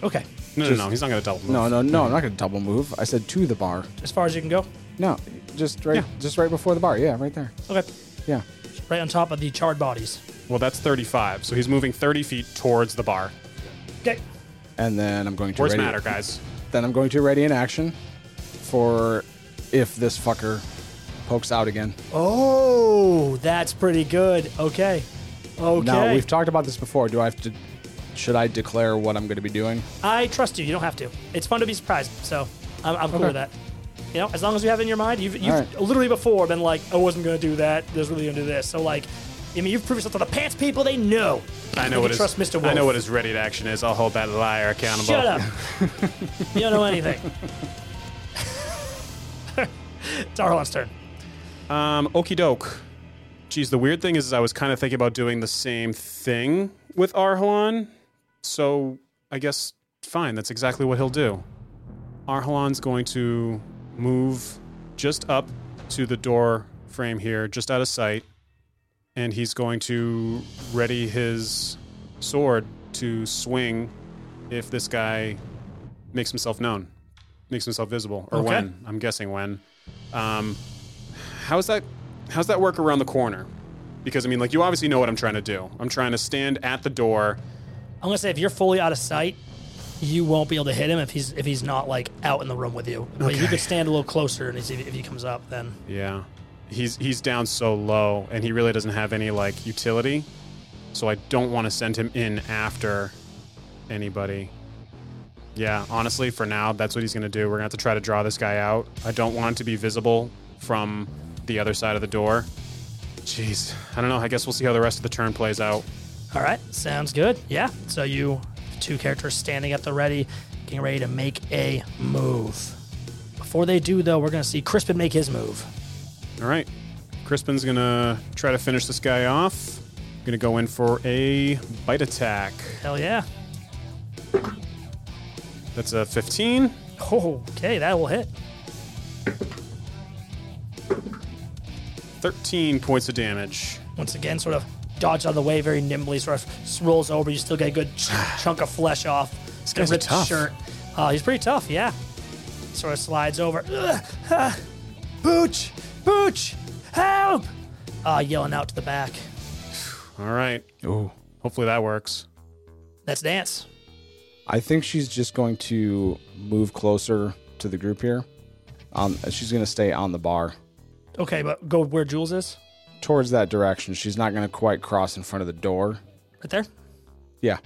Speaker 1: Okay.
Speaker 3: No, no, no. He's not gonna double move.
Speaker 4: No, no, no. I'm not gonna double move. I said to the bar.
Speaker 1: As far as you can go.
Speaker 4: No, just right, just right before the bar. Yeah, right there.
Speaker 1: Okay.
Speaker 4: Yeah.
Speaker 1: Right on top of the charred bodies.
Speaker 3: Well, that's 35. So he's moving 30 feet towards the bar.
Speaker 1: Okay.
Speaker 4: And then I'm going to.
Speaker 3: Words
Speaker 4: ready-
Speaker 3: matter, guys.
Speaker 4: Then I'm going to ready in action for if this fucker pokes out again.
Speaker 1: Oh, that's pretty good. Okay. Okay.
Speaker 4: Now we've talked about this before. Do I have to? Should I declare what I'm going to be doing?
Speaker 1: I trust you. You don't have to. It's fun to be surprised. So I'm, I'm cool
Speaker 4: Okay.
Speaker 1: with that. You know, as long as you have it in your mind, you've, you've
Speaker 4: right.
Speaker 1: literally before been like, I wasn't going to do that. I was really going to do this. So, like, I mean, you've proved yourself to the pants people. They know.
Speaker 3: I
Speaker 1: They
Speaker 3: know
Speaker 1: can
Speaker 3: what his
Speaker 1: trust Mr. Wolf.
Speaker 3: I know what his ready to action is. I'll hold that liar accountable.
Speaker 1: Shut up. you don't know anything. it's Arlon's turn.
Speaker 3: Um, okie doke. Geez, the weird thing is, is I was kind of thinking about doing the same thing with Arhalan. So I guess fine, that's exactly what he'll do. Arhalan's going to move just up to the door frame here, just out of sight, and he's going to ready his sword to swing if this guy makes himself known, makes himself visible, or
Speaker 1: Okay.
Speaker 3: when. I'm guessing when. Um, how's that? How's that work around the corner? Because I mean, like you obviously know what I'm trying to do. I'm trying to stand at the door.
Speaker 1: I'm going to say if you're fully out of sight, you won't be able to hit him if he's if he's not like out in the room with you. But you could stand a little closer and see if, if he comes up, then
Speaker 3: Yeah. He's he's down so low and he really doesn't have any like utility. So I don't want to send him in after anybody. Yeah, honestly, for now, that's what he's gonna do. We're gonna have to try to draw this guy out. I don't want him to be visible from the other side of the door. Jeez. I don't know. I guess we'll see how the rest of the turn plays out.
Speaker 1: All right, sounds good. Yeah. So you two characters standing at the ready, getting ready to make a move. Before they do, though, we're going to see Crispin make his move.
Speaker 3: All right. Crispin's gonna try to finish this guy off. Gonna go in for a bite attack.
Speaker 1: Hell yeah.
Speaker 3: That's a 15.
Speaker 1: Oh, okay, that will hit.
Speaker 3: 13 points of damage.
Speaker 1: Once again, sort of dodge out of the way very nimbly, sort of rolls over. You still get a good ch- chunk of flesh off. This
Speaker 3: guy's tough.
Speaker 1: Shirt. Uh, he's pretty tough, yeah. Sort of slides over. Ugh, ah, Booch! Booch! Help! Uh, yelling out to the back.
Speaker 3: All right.
Speaker 4: Oh.
Speaker 3: Hopefully that works.
Speaker 1: That's Dance.
Speaker 4: I think she's just going to move closer to the group here. Um, she's going to stay on the bar
Speaker 1: Okay, but go where Jules is.
Speaker 4: towards that direction. She's not going to quite cross in front of the door.
Speaker 1: Right there.
Speaker 4: Yeah.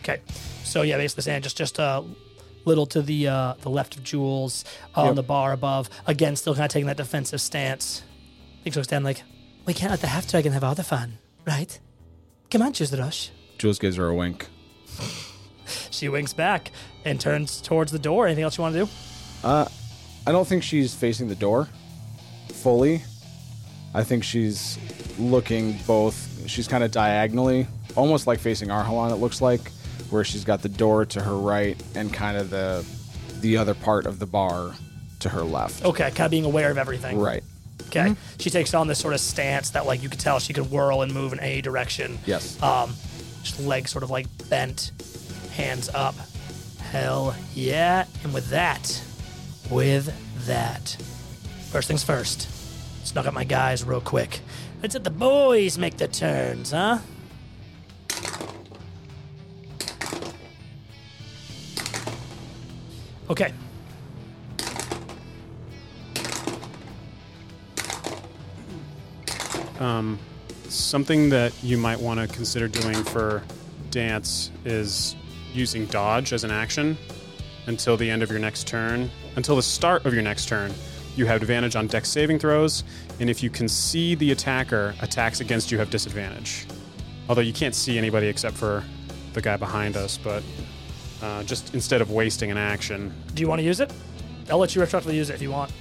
Speaker 1: Okay. So yeah, basically saying just just a little to the uh, the left of Jules on the bar above. Again, still kind of taking that defensive stance. I think she looks down like, we can't let the half dragon have all the fun, right? Come on, choose the rush.
Speaker 4: Jules gives her a wink.
Speaker 1: She winks back and turns towards the door. Anything else you want to do?
Speaker 4: I don't think she's facing the door fully. I think she's looking both. She's kind of diagonally, almost like facing Arhalan. It looks like where she's got the door to her right and kind of the the other part of the bar to her left.
Speaker 1: Okay, kind of being aware of everything.
Speaker 4: Right. Mm-hmm.
Speaker 1: Okay. She takes on this sort of stance that like you could tell she could whirl and move in any direction.
Speaker 4: Yes.
Speaker 1: um, just legs sort of like bent, hands up. Hell yeah. And with that, with that, first things first, snuck up my guys real quick. Let's let the boys make the turns, huh? Okay.
Speaker 3: Um, something that you might want to consider doing for dance is using dodge as an action until the end of your next turn. Until the start of your next turn, you have advantage on dex saving throws, and if you can see the attacker, attacks against you have disadvantage. Although you can't see anybody except for the guy behind us, but uh, just instead of wasting an action,
Speaker 1: Do you want to use it? I'll let you retroactively use it if you want.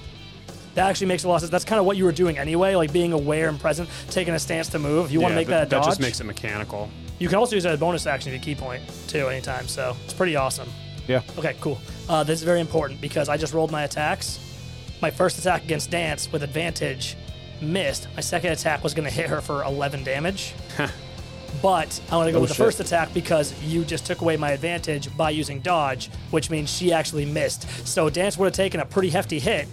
Speaker 1: That actually makes a lot of sense. That's kind of what you were doing anyway, like being aware and present, taking a stance to move. You want
Speaker 3: yeah,
Speaker 1: to make
Speaker 3: th-
Speaker 1: that a dodge.
Speaker 3: that just makes it mechanical.
Speaker 1: you can also use that as a bonus action if you key point too anytime. So it's pretty awesome.
Speaker 4: Yeah.
Speaker 1: Okay, cool. Uh, this is very important because I just rolled my attacks. My first attack against Dance with advantage missed. My second attack was going to hit her for 11 damage. but I want to go
Speaker 4: Oh,
Speaker 1: with the
Speaker 4: shit.
Speaker 1: first attack because you just took away my advantage by using dodge, which means she actually missed. So Dance would have taken a pretty hefty hit,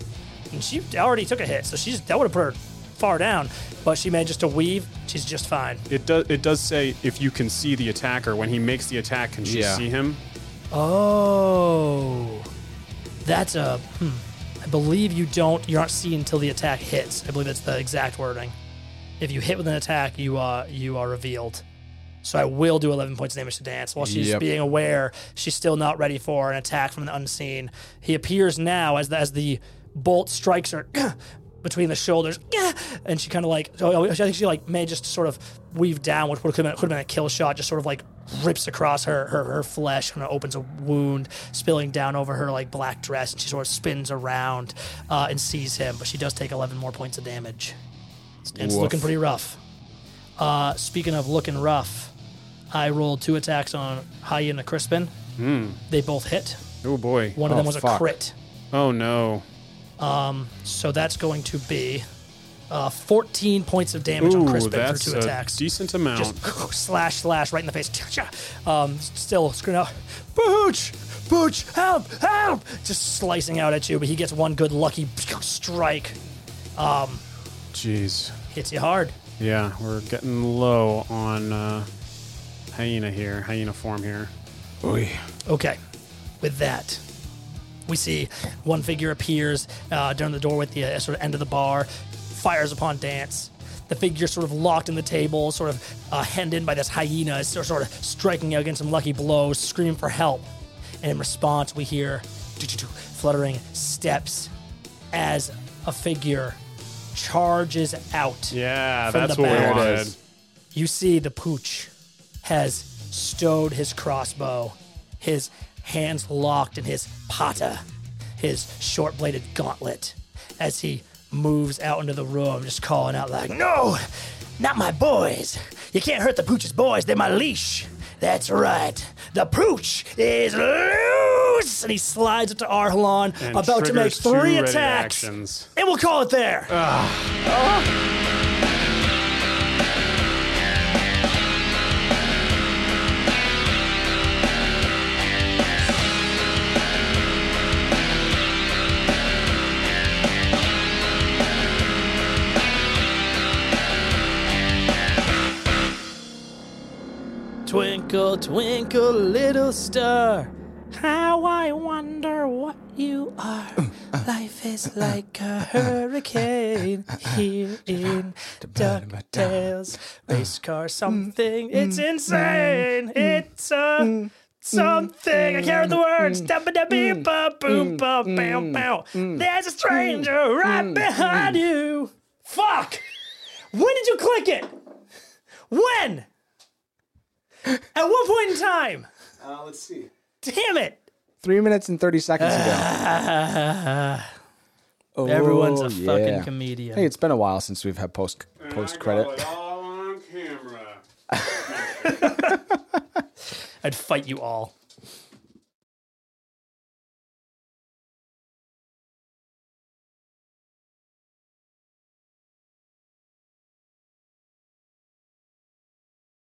Speaker 1: and she already took a hit. So she's that would have put her far down, but she manages to weave. She's just fine.
Speaker 3: It does. It does say if you can see the attacker when he makes the attack, can she
Speaker 4: Yeah.
Speaker 3: see him?
Speaker 1: Oh, that's a. Hmm. I believe you don't. You aren't seen until the attack hits. I believe that's the exact wording. If you hit with an attack, you uh you are revealed. So I will do 11 points of damage to Dance while she's
Speaker 4: Yep.
Speaker 1: being aware she's still not ready for an attack from the unseen. He appears now as the, as the bolt strikes her between the shoulders, and she kind of like so I think she like may just sort of weave down, which would have been, could have been a kill shot. Just sort of like rips across her her, her flesh, kind of opens a wound, spilling down over her like black dress, and she sort of spins around uh, and sees him, but she does take 11 more points of damage. It's
Speaker 4: Woof.
Speaker 1: looking pretty rough. Uh, speaking of looking rough, I rolled two attacks on Hyena Crispin. They both hit.
Speaker 3: Hmm. Oh boy.
Speaker 1: One of them
Speaker 4: Oh,
Speaker 1: was a
Speaker 4: fuck.
Speaker 1: crit.
Speaker 3: Oh no.
Speaker 1: So that's going to be uh, 14 points of damage on
Speaker 3: Ooh,
Speaker 1: Crispin for
Speaker 3: that's
Speaker 1: two
Speaker 3: a
Speaker 1: attacks.
Speaker 3: decent amount.
Speaker 1: Just slash, slash right in the face. Cha-cha. Um, s- still screaming out, Pooch! Pooch! Help! Help! Just slicing out at you, but he gets one good lucky strike.
Speaker 3: Jeez.
Speaker 1: Hits you hard.
Speaker 3: Yeah, we're getting low on uh, hyena here. Hyena form here.
Speaker 1: Okay. With that, we see one figure appears uh, down the doorway at the uh, sort of end of the bar, fires upon Dance. The figure sort of locked in the table, sort of uh, hemmed in by this hyena, is sort sort of striking out against some lucky blows, screaming for help. And in response, we hear fluttering steps as a figure charges out.
Speaker 3: Yeah,
Speaker 1: From
Speaker 3: that's
Speaker 1: the
Speaker 3: what we
Speaker 1: back.
Speaker 4: There it
Speaker 3: wanted.
Speaker 4: is.
Speaker 1: You see, the pooch has stowed his crossbow, his hands locked in his pata, his short bladed gauntlet, as he moves out into the room, just calling out, like, No, not my boys. You can't hurt the pooch's boys, they're my leash. That's right. The pooch is loose! And he slides up to Arhalon,
Speaker 3: And
Speaker 1: about to make
Speaker 3: triggers two
Speaker 1: three
Speaker 3: ready
Speaker 1: attacks.
Speaker 3: actions.
Speaker 1: And we'll call it there. Twinkle, twinkle, little star. How I wonder what you are. Life is like a hurricane here in DuckTales. Race car, something. It's insane. It's a something. I can't read the words. Dabba dabba ba boom ba bow bow. There's a stranger right behind you. Fuck! When did you click it? When? At what point in time?
Speaker 4: Uh, let's see.
Speaker 1: Damn it!
Speaker 4: Three minutes and 30 seconds ago. Oh,
Speaker 1: Everyone's a
Speaker 4: yeah.
Speaker 1: fucking comedian.
Speaker 4: Hey, it's been a while since we've had post post credit.
Speaker 1: I'd fight you all.